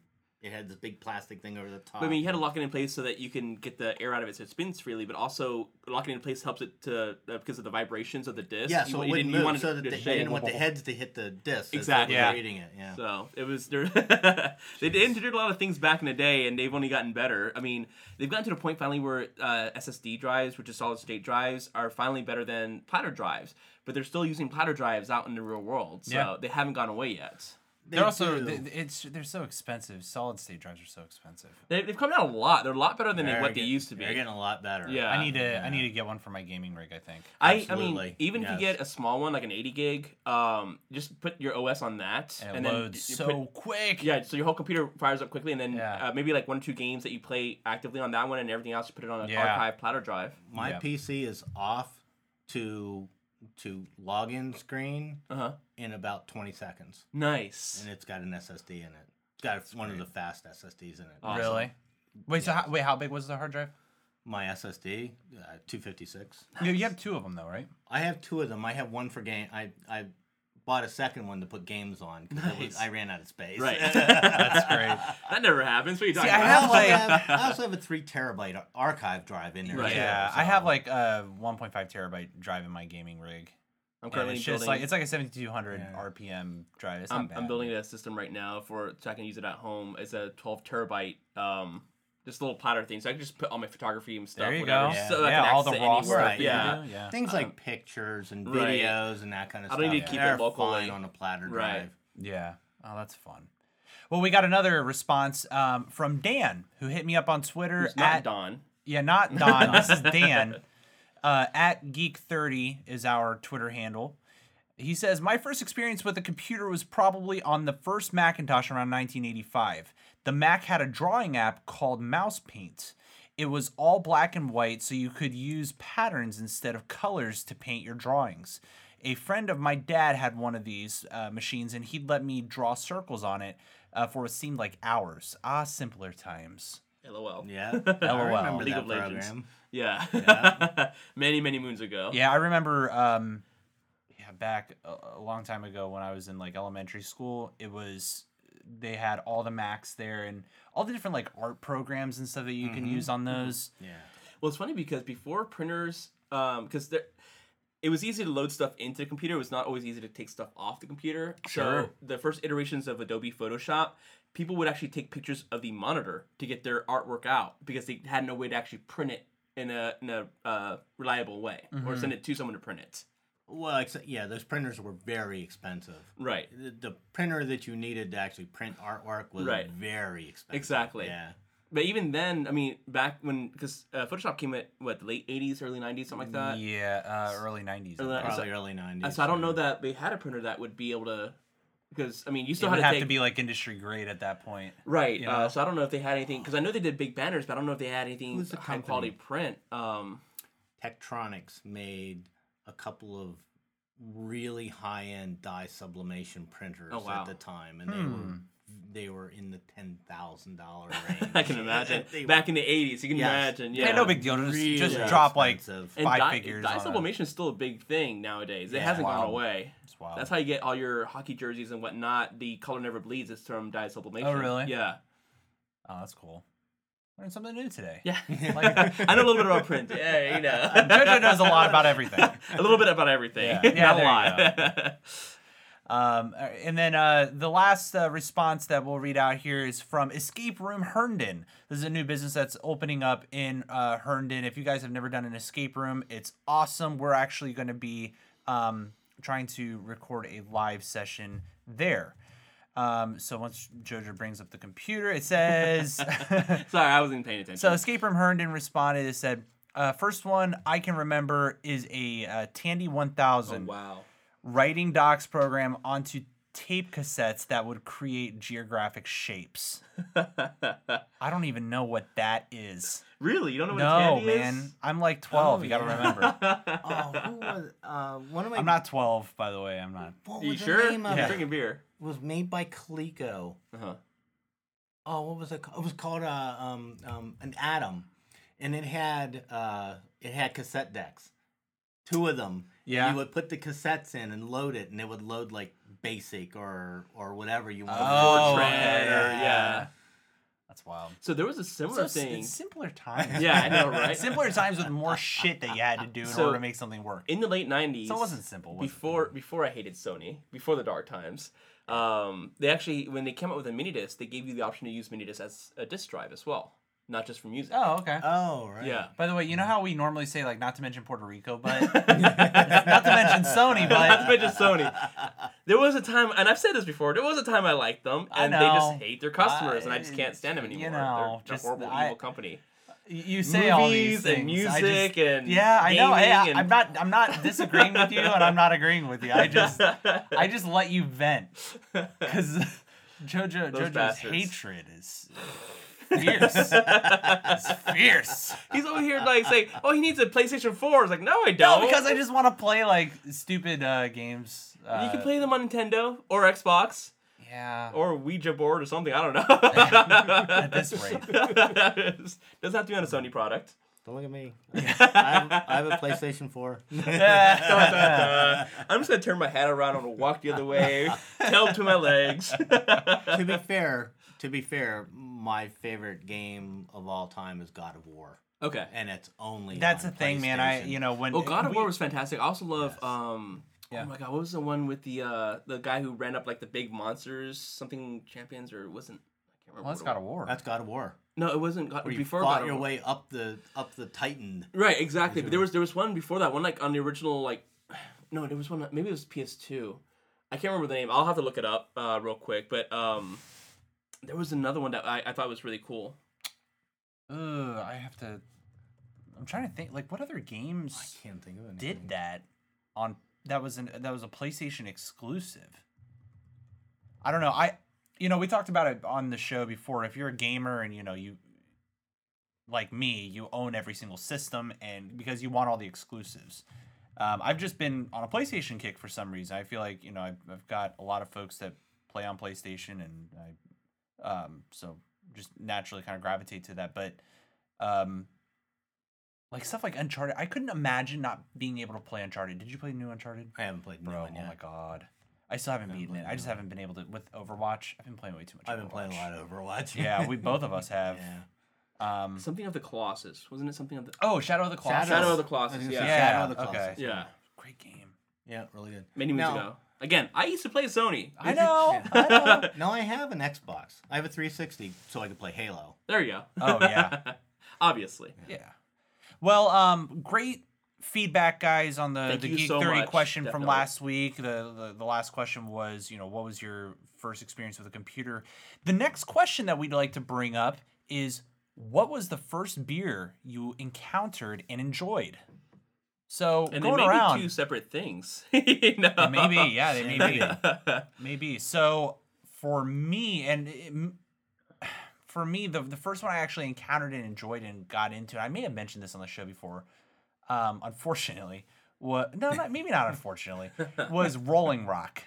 Speaker 3: it had this big plastic thing over the top.
Speaker 2: But I mean, you had to lock it in place so that you can get the air out of it, so it spins freely. But also, locking it in place helps it to uh, because of the vibrations of the disc.
Speaker 3: yeah,
Speaker 2: You
Speaker 3: so
Speaker 2: wa-
Speaker 3: it
Speaker 2: you
Speaker 3: wouldn't
Speaker 2: didn't- you
Speaker 3: move
Speaker 2: wanted
Speaker 3: so
Speaker 2: it
Speaker 3: that
Speaker 2: to
Speaker 3: they, they
Speaker 2: shake.
Speaker 3: didn't want the heads to hit the disc.
Speaker 2: Exactly.
Speaker 3: yeah.
Speaker 1: Yeah.
Speaker 3: reading it. Yeah.
Speaker 2: So it was there. they did did a lot of things back in the day, and they've only gotten better. I mean, they've gotten to the point finally where uh, SSD drives, which is solid state drives, are finally better than platter drives. But they're still using platter drives out in the real world, so
Speaker 1: Yeah.
Speaker 2: they haven't gone away yet.
Speaker 3: They
Speaker 1: They're also
Speaker 3: do.
Speaker 1: th- th- it's they're so expensive. Solid state drives are so expensive.
Speaker 2: They, they've come down a lot. They're a lot better than
Speaker 3: They're
Speaker 2: what they
Speaker 3: get-
Speaker 2: used to be.
Speaker 3: They're getting a lot better.
Speaker 2: Uh, Yeah.
Speaker 1: I need to I need to get one for my gaming rig. I think.
Speaker 2: I, I mean,
Speaker 3: Absolutely,
Speaker 2: even if you
Speaker 3: yes.
Speaker 2: get a small one, like an 80 gig, um, just put your OS on that.
Speaker 1: And it
Speaker 2: then
Speaker 1: loads
Speaker 2: you
Speaker 1: so
Speaker 2: put-
Speaker 1: quick.
Speaker 2: yeah, so your whole computer fires up quickly, and then
Speaker 1: Yeah.
Speaker 2: uh, maybe like one or two games that you play actively on that one, and everything else, you put it on an
Speaker 1: Yeah.
Speaker 2: archive platter drive.
Speaker 3: My
Speaker 1: Yeah.
Speaker 3: PC is off to to login screen
Speaker 2: Uh huh.
Speaker 3: in about 20 seconds,
Speaker 2: Nice.
Speaker 3: and it's got an SSD in it. It's got one of the fast SSDs in it.
Speaker 2: Awesome.
Speaker 1: Really? Wait. So how, wait, how big was the hard drive?
Speaker 3: My SSD, uh, 256.
Speaker 1: You, you have two of them though, right?
Speaker 3: I have two of them. I have one for game. I I bought a second one to put games on because
Speaker 2: Nice.
Speaker 3: I ran out of space.
Speaker 2: Right.
Speaker 1: That's great.
Speaker 2: That never happens. What are you talking
Speaker 1: I
Speaker 2: about?
Speaker 3: I also,
Speaker 1: like-
Speaker 3: have, I also have a three terabyte ar- archive drive in there.
Speaker 2: Right.
Speaker 3: too,
Speaker 1: Yeah, I
Speaker 3: so-
Speaker 1: have like a 1.5 terabyte drive in my gaming rig.
Speaker 2: I'm
Speaker 1: And
Speaker 2: currently
Speaker 1: it's just
Speaker 2: building.
Speaker 1: like it's like a 7200
Speaker 3: Yeah.
Speaker 1: RPM drive. It's not
Speaker 2: I'm,
Speaker 1: bad.
Speaker 2: I'm building a system right now for so I can use it at home. It's a 12 terabyte, um, just little platter thing, so I can just put all my photography and stuff.
Speaker 1: There you
Speaker 2: whatever,
Speaker 1: go.
Speaker 2: So I
Speaker 1: Yeah,
Speaker 2: can
Speaker 1: all the
Speaker 2: access it
Speaker 1: raw
Speaker 2: anywhere.
Speaker 1: stuff that you
Speaker 2: Yeah.
Speaker 1: do, yeah.
Speaker 3: Things like pictures and videos
Speaker 2: right.
Speaker 3: and that kind of
Speaker 2: I
Speaker 3: stuff.
Speaker 2: don't need to keep it
Speaker 3: They're
Speaker 2: locally.
Speaker 3: fine on a platter
Speaker 2: Right.
Speaker 3: drive.
Speaker 1: Yeah. Oh, that's fun. Well, we got another response um, from Dan, who hit me up on Twitter
Speaker 2: It's not
Speaker 1: at
Speaker 2: Don.
Speaker 1: yeah, not Don. this is Dan. Uh, at Geek30 is our Twitter handle. He says, My first experience with a computer was probably on the first Macintosh around 1985. The Mac had a drawing app called Mouse Paint. It was all black and white, so you could use patterns instead of colors to paint your drawings. A friend of my dad had one of these uh, machines, and he'd let me draw circles on it uh, for what seemed like hours. Ah, simpler times.
Speaker 2: LOL.
Speaker 3: Yeah.
Speaker 1: LOL.
Speaker 3: I remember
Speaker 2: League
Speaker 3: that
Speaker 2: of Legends.
Speaker 3: program.
Speaker 2: Yeah. many, many moons ago.
Speaker 1: Yeah, I remember. Um, yeah, back a, a long time ago when I was in like elementary school, it was they had all the Macs there and all the different like art programs and stuff that you can use on those.
Speaker 2: Well, it's funny because before printers, because there, it was easy to load stuff into the computer. It was not always easy to take stuff off the computer. So
Speaker 1: Sure.
Speaker 2: the first iterations of Adobe Photoshop, people would actually take pictures of the monitor to get their artwork out because they had no way to actually print it in a in a uh, reliable way or
Speaker 1: Mm-hmm.
Speaker 2: send it to someone to print it.
Speaker 3: Well, except, yeah, those printers were very expensive.
Speaker 2: Right.
Speaker 3: The, the printer that you needed to actually print artwork was
Speaker 2: Right.
Speaker 3: very expensive.
Speaker 2: Exactly.
Speaker 3: Yeah.
Speaker 2: But even then, I mean, back when because uh, Photoshop came at what the late '80s, early '90s, something like that.
Speaker 1: yeah, uh, early nineties.
Speaker 2: Early-
Speaker 1: It
Speaker 3: Probably early 90s.
Speaker 2: So I don't know
Speaker 3: yeah.
Speaker 2: that they had a printer that would be able to. Because I mean, you still
Speaker 1: would
Speaker 2: had to
Speaker 1: have
Speaker 2: take
Speaker 1: to be like industry grade at that point.
Speaker 2: Right.
Speaker 1: You
Speaker 2: Uh,
Speaker 1: know?
Speaker 2: so I don't know if they had anything because I know they did big banners, but I don't know if they had anything
Speaker 3: Who's the
Speaker 2: high quality print. Um,
Speaker 3: Tektronix made a couple of really high end dye sublimation printers
Speaker 2: Oh, wow.
Speaker 3: at the time, and they were they were in the ten thousand dollar range.
Speaker 2: I can imagine
Speaker 3: They
Speaker 2: back in the eighties. You can
Speaker 3: Yes.
Speaker 2: imagine. Yeah.
Speaker 1: Yeah, no big deal. Just,
Speaker 3: really
Speaker 1: just drop like
Speaker 3: expensive.
Speaker 2: And
Speaker 1: five
Speaker 2: dye,
Speaker 1: figures.
Speaker 2: Dye
Speaker 1: on a-
Speaker 2: sublimation is still a big thing nowadays. It
Speaker 3: Yeah.
Speaker 2: hasn't gone
Speaker 1: Wow.
Speaker 2: away.
Speaker 1: It's wild.
Speaker 2: That's how you get all your hockey jerseys and
Speaker 1: Oh,
Speaker 2: whatnot. The color never bleeds. It's from dye sublimation.
Speaker 1: really?
Speaker 2: Yeah.
Speaker 1: oh, that's cool. Learned something new today.
Speaker 2: Yeah.
Speaker 1: Like,
Speaker 2: I know a little bit about print. Yeah, you know.
Speaker 1: JoJo knows a lot about everything.
Speaker 2: a little bit about everything.
Speaker 1: Yeah. Yeah,
Speaker 2: Not a lot.
Speaker 1: Um, uh, and then uh, the last uh, response that we'll read out here is from Escape Room Herndon. This is a new business that's opening up in uh, Herndon. If you guys have never done an escape room, it's awesome. We're actually going to be um, trying to record a live session there. Um, so once Jojo brings up the computer, it says.
Speaker 2: Sorry, I wasn't paying attention.
Speaker 1: So Escape from Herndon responded and said, uh, first one I can remember is a uh, Tandy 1000
Speaker 2: wow.
Speaker 1: writing docs program onto tape cassettes that would create geographic shapes. I don't even know what that is.
Speaker 2: Really? You don't know what a
Speaker 1: No,
Speaker 2: candy
Speaker 1: man.
Speaker 2: is?
Speaker 1: I'm like 12.
Speaker 3: Oh,
Speaker 1: you got to
Speaker 3: yeah.
Speaker 1: remember.
Speaker 3: Oh, who was uh, one of my?
Speaker 1: I'm not 12, by the way. I'm not.
Speaker 3: What was
Speaker 2: You
Speaker 3: the
Speaker 2: sure?
Speaker 3: name
Speaker 2: You're
Speaker 3: of it?
Speaker 2: drinking beer.
Speaker 3: was made by Coleco.
Speaker 2: Uh-huh.
Speaker 3: Oh, what was it? Called? It was called uh, um, um, an Atom, and it had uh, it had cassette decks, two of them. And
Speaker 1: Yeah.
Speaker 3: you would put the cassettes in and load it, and it would load like Basic or or whatever you want.
Speaker 1: Oh,
Speaker 2: Fortran
Speaker 1: yeah,
Speaker 2: or- yeah.
Speaker 1: That's wild.
Speaker 2: So there was a
Speaker 1: So
Speaker 2: similar
Speaker 1: s-
Speaker 2: thing.
Speaker 1: it's simpler times.
Speaker 2: Yeah, I know, right?
Speaker 1: Simpler times with more shit that you had to do in
Speaker 2: So-
Speaker 1: order to make something work.
Speaker 2: in the late 90s
Speaker 1: So it wasn't simple, was it?
Speaker 2: before before i hated sony before the dark times um, they actually when they came out with a mini disc they gave you the option to use mini disc as a disc drive as well not just for music
Speaker 1: Oh, okay.
Speaker 3: Oh, right.
Speaker 2: yeah
Speaker 1: By the way, you know how we normally say like not to mention Puerto Rico, but not to mention Sony,
Speaker 2: not to
Speaker 1: but
Speaker 2: mention sony there was a time and i've said this before there was a time i liked them
Speaker 1: I
Speaker 2: and they just
Speaker 1: know.
Speaker 2: hate their customers and i just
Speaker 1: I-
Speaker 2: can't stand them
Speaker 1: you
Speaker 2: anymore
Speaker 1: know,
Speaker 2: they're
Speaker 1: just-
Speaker 2: a horrible
Speaker 1: I-
Speaker 2: evil company
Speaker 1: you say all these
Speaker 2: Movies and
Speaker 1: things. I just-
Speaker 2: music and
Speaker 1: yeah, I know. Hey, I,
Speaker 2: gaming
Speaker 1: I'm
Speaker 2: and-
Speaker 1: not I'm not disagreeing with you, and I'm not agreeing with you. I just I just let you vent because JoJo
Speaker 2: Those
Speaker 1: JoJo's
Speaker 2: bastards.
Speaker 1: hatred is fierce. it's fierce.
Speaker 2: he's over here like saying oh he needs a playstation 4 it's like no i
Speaker 1: No,
Speaker 2: don't
Speaker 1: because I just want to play like stupid uh, games. Uh,
Speaker 2: you can play them on nintendo or xbox
Speaker 1: yeah.
Speaker 2: or a Ouija board or something. I don't know.
Speaker 1: at this rate.
Speaker 2: Doesn't have to be on a Sony product.
Speaker 3: Don't look at me. I have, I have a PlayStation Four.
Speaker 2: Uh, I'm just gonna turn my hat around. I'm gonna walk the other way, tail to my legs.
Speaker 3: to be fair, to be fair, my favorite game of all time is God of War,
Speaker 2: okay.
Speaker 3: and it's only
Speaker 1: That's
Speaker 3: on
Speaker 1: the thing, man. I
Speaker 3: PlayStation.
Speaker 1: you know when
Speaker 2: Oh, God of
Speaker 1: we-
Speaker 2: War was fantastic. I also love. um
Speaker 1: Yeah.
Speaker 2: Oh my God, what was the one with the uh the guy who ran up like the big monsters, something champions or it wasn't? I can't remember.
Speaker 1: Well, that's
Speaker 2: what it
Speaker 1: God of
Speaker 2: was.
Speaker 1: War.
Speaker 3: that's God of War.
Speaker 2: No, it wasn't. God,
Speaker 3: Where you
Speaker 2: before
Speaker 3: fought
Speaker 2: God
Speaker 3: your
Speaker 2: of War.
Speaker 3: way up the up the Titan.
Speaker 2: Right, exactly. But there was there was one before that one, like on the original, like no, there was one. Maybe it was PS2. I can't remember the name. I'll have to look it up uh, real quick. But um, there was another one that I, I thought was really cool.
Speaker 1: Ugh, I have to. I'm trying to think. Like, what other games
Speaker 3: Can't think of it.
Speaker 1: did that on? That was an that was a PlayStation exclusive. I don't know. I, you know, we talked about it on the show before. If you're a gamer and you know you, like me, you own every single system, and because you want all the exclusives. Um, I've just been on a PlayStation kick for some reason. I feel like you know I've, I've got a lot of folks that play on PlayStation, and I, um, so just naturally kind of gravitate to that. But um like stuff like uncharted i couldn't imagine not being able to play uncharted did you play new uncharted
Speaker 3: I haven't played
Speaker 1: bro
Speaker 3: Bro,
Speaker 1: oh my god i still haven't beaten it i just haven't been able to with overwatch i've been playing way too much
Speaker 3: I've been playing a
Speaker 1: Overwatch.
Speaker 3: lot of Overwatch.
Speaker 1: yeah we both of us have
Speaker 3: yeah.
Speaker 1: um
Speaker 2: Something of the Colossus, wasn't it? Something of the
Speaker 1: oh shadow of the claw
Speaker 2: Shadow of the Colossus,
Speaker 3: I was gonna
Speaker 2: yeah.
Speaker 3: say
Speaker 1: Yeah,
Speaker 3: Shadow of the
Speaker 1: okay.
Speaker 3: Colossus.
Speaker 1: Yeah.
Speaker 3: Yeah.
Speaker 2: yeah,
Speaker 1: great game
Speaker 3: really good.
Speaker 2: many moons
Speaker 3: Now-
Speaker 2: ago. Again, I used to play Sony.
Speaker 1: i know i know
Speaker 3: Now I have an Xbox. I have a 360, so I can play Halo.
Speaker 2: There you go.
Speaker 1: oh yeah
Speaker 2: Obviously.
Speaker 1: Yeah. Well, um, great feedback, guys, on the,
Speaker 2: Thank
Speaker 1: the
Speaker 2: you
Speaker 1: Geek
Speaker 2: so
Speaker 1: 30
Speaker 2: much,
Speaker 1: question from
Speaker 2: definitely.
Speaker 1: last week. The, the the last question was, you know, what was your first experience with a computer? The next question that we'd like to bring up is what was the first beer you encountered and enjoyed? So
Speaker 2: And they
Speaker 1: going
Speaker 2: may
Speaker 1: around,
Speaker 2: be two separate things. you know?
Speaker 1: maybe yeah they may be maybe so for me and it- m- for me the, the first one i actually encountered and enjoyed and got into and i may have mentioned this on the show before um unfortunately what no not maybe not unfortunately was rolling rock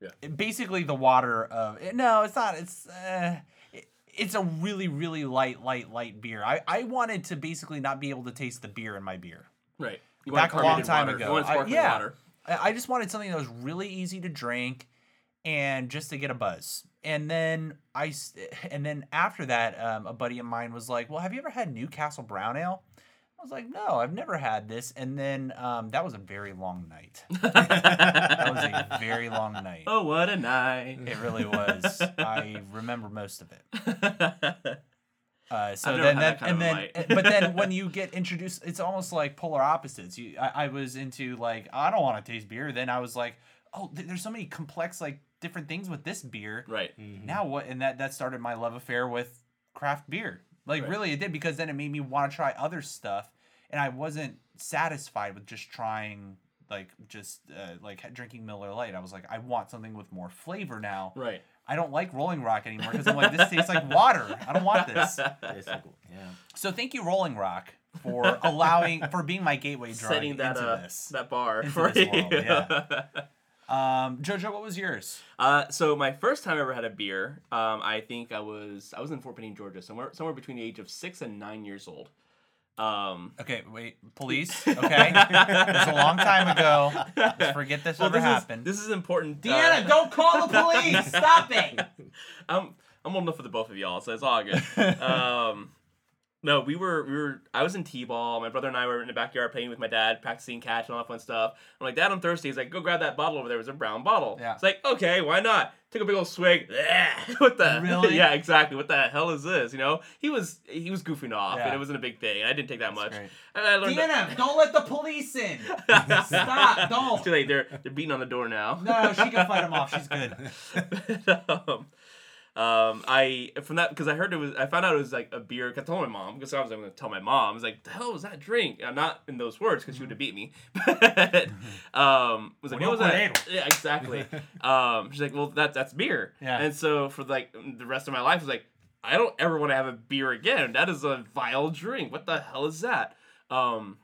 Speaker 2: Yeah.
Speaker 1: It- basically the water of eh, no it's not it's uh, it- it's a really really light light light beer i i wanted to basically not be able to taste the beer in my beer
Speaker 2: Right. You want
Speaker 1: back a long
Speaker 2: carbonated
Speaker 1: time
Speaker 2: water.
Speaker 1: ago.
Speaker 2: You want
Speaker 1: I-
Speaker 2: sparkling
Speaker 1: yeah.
Speaker 2: water.
Speaker 1: I, I just wanted something that was really easy to drink and just to get a buzz. and then I s- and then after that, um, a buddy of mine was like, "Well, have you ever had Newcastle Brown Ale?" I was like, "No, I've never had this." And then um, that was a very long night. that was a very long night.
Speaker 2: Oh, what a night.
Speaker 1: It really was. I remember most of it.
Speaker 2: Mm.
Speaker 1: Uh, so
Speaker 2: I've never
Speaker 1: then,
Speaker 2: had
Speaker 1: that,
Speaker 2: that kind
Speaker 1: and
Speaker 2: of a
Speaker 1: then,
Speaker 2: night.
Speaker 1: but then when you get introduced, it's almost like polar opposites. You, I, I was into like, I don't want to taste beer. Then I was like, oh, th- there's so many complex like different things with this beer.
Speaker 2: Right. Mm-hmm.
Speaker 1: Now what? And that that started my love affair with craft beer. Like
Speaker 2: Right.
Speaker 1: really, it did because then it made me want to try other stuff, and I wasn't satisfied with just trying like just uh, like drinking Miller Lite. I was like, I want something with more flavor now.
Speaker 2: Right.
Speaker 1: I don't like Rolling Rock anymore because I'm like, this tastes like water. I don't want this.
Speaker 3: Basically, yeah.
Speaker 1: So thank you, Rolling Rock, for allowing for being my gateway drug
Speaker 2: Setting that
Speaker 1: into
Speaker 2: uh,
Speaker 1: this.
Speaker 2: that bar
Speaker 1: into
Speaker 2: for
Speaker 1: this
Speaker 2: you.
Speaker 1: world, yeah. Um, Jojo, what was yours?
Speaker 2: Uh, so my first time I ever had a beer, um, I think I was I was in Fort Benning, Georgia, somewhere somewhere between the age of six and nine years old. Um,
Speaker 1: Okay, wait, police. Okay, it's a long time ago. Let's forget this
Speaker 2: well,
Speaker 1: ever
Speaker 2: this
Speaker 1: happened.
Speaker 2: is this is important. uh,
Speaker 1: Deanna, don't call the police. Stop it.
Speaker 2: I'm I'm old enough for the both of y'all, so it's all good. um, no, we were we were I was in t-ball. My brother and I were in the backyard playing with my dad, practicing catch and all that fun stuff. I'm like, Dad, on Thursday, he's like, go grab that bottle over there. It was a brown bottle.
Speaker 1: Yeah.
Speaker 2: It's like, okay, why not? Took a big old swig. what the?
Speaker 1: Really?
Speaker 2: yeah, exactly. What the hell is this? You know, he was he was goofing off,
Speaker 1: Yeah.
Speaker 2: and it wasn't a big thing. I didn't take that much.
Speaker 1: great.
Speaker 2: And I learned. that-
Speaker 1: Deanna, don't let the police in. Stop.
Speaker 2: it's too
Speaker 1: Don't.
Speaker 2: late. They're they're beating on the door now.
Speaker 1: No, she can fight him off. She's good.
Speaker 2: um, um, I from that because I heard it was I found out it was like a beer. 'cause I told my mom because I was going to tell my mom. I was like, "The hell was that drink?" Uh, not in those words because
Speaker 1: Mm-hmm.
Speaker 2: she would have beat me. But um, was like, "What was that?"
Speaker 1: Cuarero.
Speaker 2: Yeah, exactly. um, she's like, "Well, that that's beer."
Speaker 1: Yeah.
Speaker 2: And so for like the rest of my life, I was like, "I don't ever want to have a beer again. That is a vile drink. What the hell is that?" Um,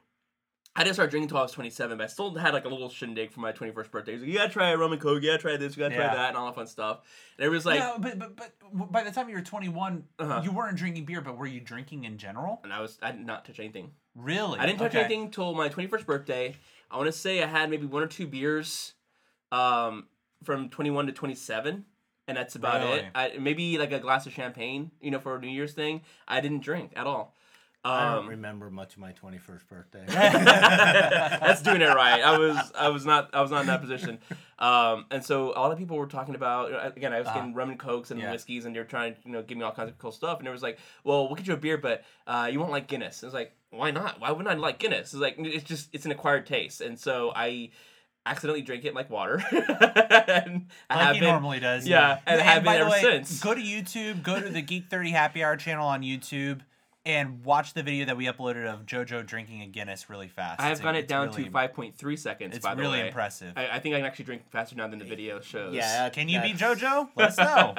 Speaker 2: I didn't start drinking until I was 27, but I still had like a little shindig for my 21st birthday. It was like, you gotta try a rum and coke, you gotta try this, you gotta
Speaker 1: Yeah.
Speaker 2: try that, and all that fun stuff. And everybody's like,
Speaker 1: no, but, but but w- by the time you were 21,
Speaker 2: Uh-huh.
Speaker 1: you weren't drinking beer, but were you drinking in general?
Speaker 2: and I was, I did not touch anything.
Speaker 1: Really?
Speaker 2: I didn't touch
Speaker 1: Okay.
Speaker 2: anything until my 21st birthday. I wanna say I had maybe one or two beers um, from 21 to 27, and that's about
Speaker 1: Really?
Speaker 2: it. I, maybe like a glass of champagne, you know, for a New Year's thing. I didn't drink at all.
Speaker 3: I don't
Speaker 2: Um,
Speaker 3: remember much of my 21st birthday.
Speaker 2: That's doing it right. I was I was not I was not in that position. Um, and so a lot of people were talking about you know, again I was getting rum and cokes and
Speaker 1: Uh-huh. yeah.
Speaker 2: whiskeys and they were trying to you know give me all kinds of cool stuff and it was like well we'll get you a beer but uh, you won't like Guinness. It was like why not? Why wouldn't I like Guinness? It's like it's just it's an acquired taste and so I accidentally drink it like water. and I
Speaker 1: Like
Speaker 2: have
Speaker 1: he
Speaker 2: been-
Speaker 1: normally does.
Speaker 2: Yeah, and I have
Speaker 1: by
Speaker 2: been
Speaker 1: the
Speaker 2: ever
Speaker 1: way,
Speaker 2: since.
Speaker 1: Go to YouTube. Go to the Geek Thirty Happy Hour channel on YouTube and watch the video that we uploaded of JoJo drinking a Guinness really fast.
Speaker 2: I
Speaker 1: It's a-
Speaker 2: have gotten it
Speaker 1: it's
Speaker 2: down
Speaker 1: really-
Speaker 2: to five point three seconds.
Speaker 1: It's
Speaker 2: by the
Speaker 1: really
Speaker 2: way.
Speaker 1: impressive.
Speaker 2: I, I think I can actually drink faster now than the video shows.
Speaker 3: yeah.
Speaker 1: Can you be
Speaker 3: that's-
Speaker 1: JoJo? Let us know.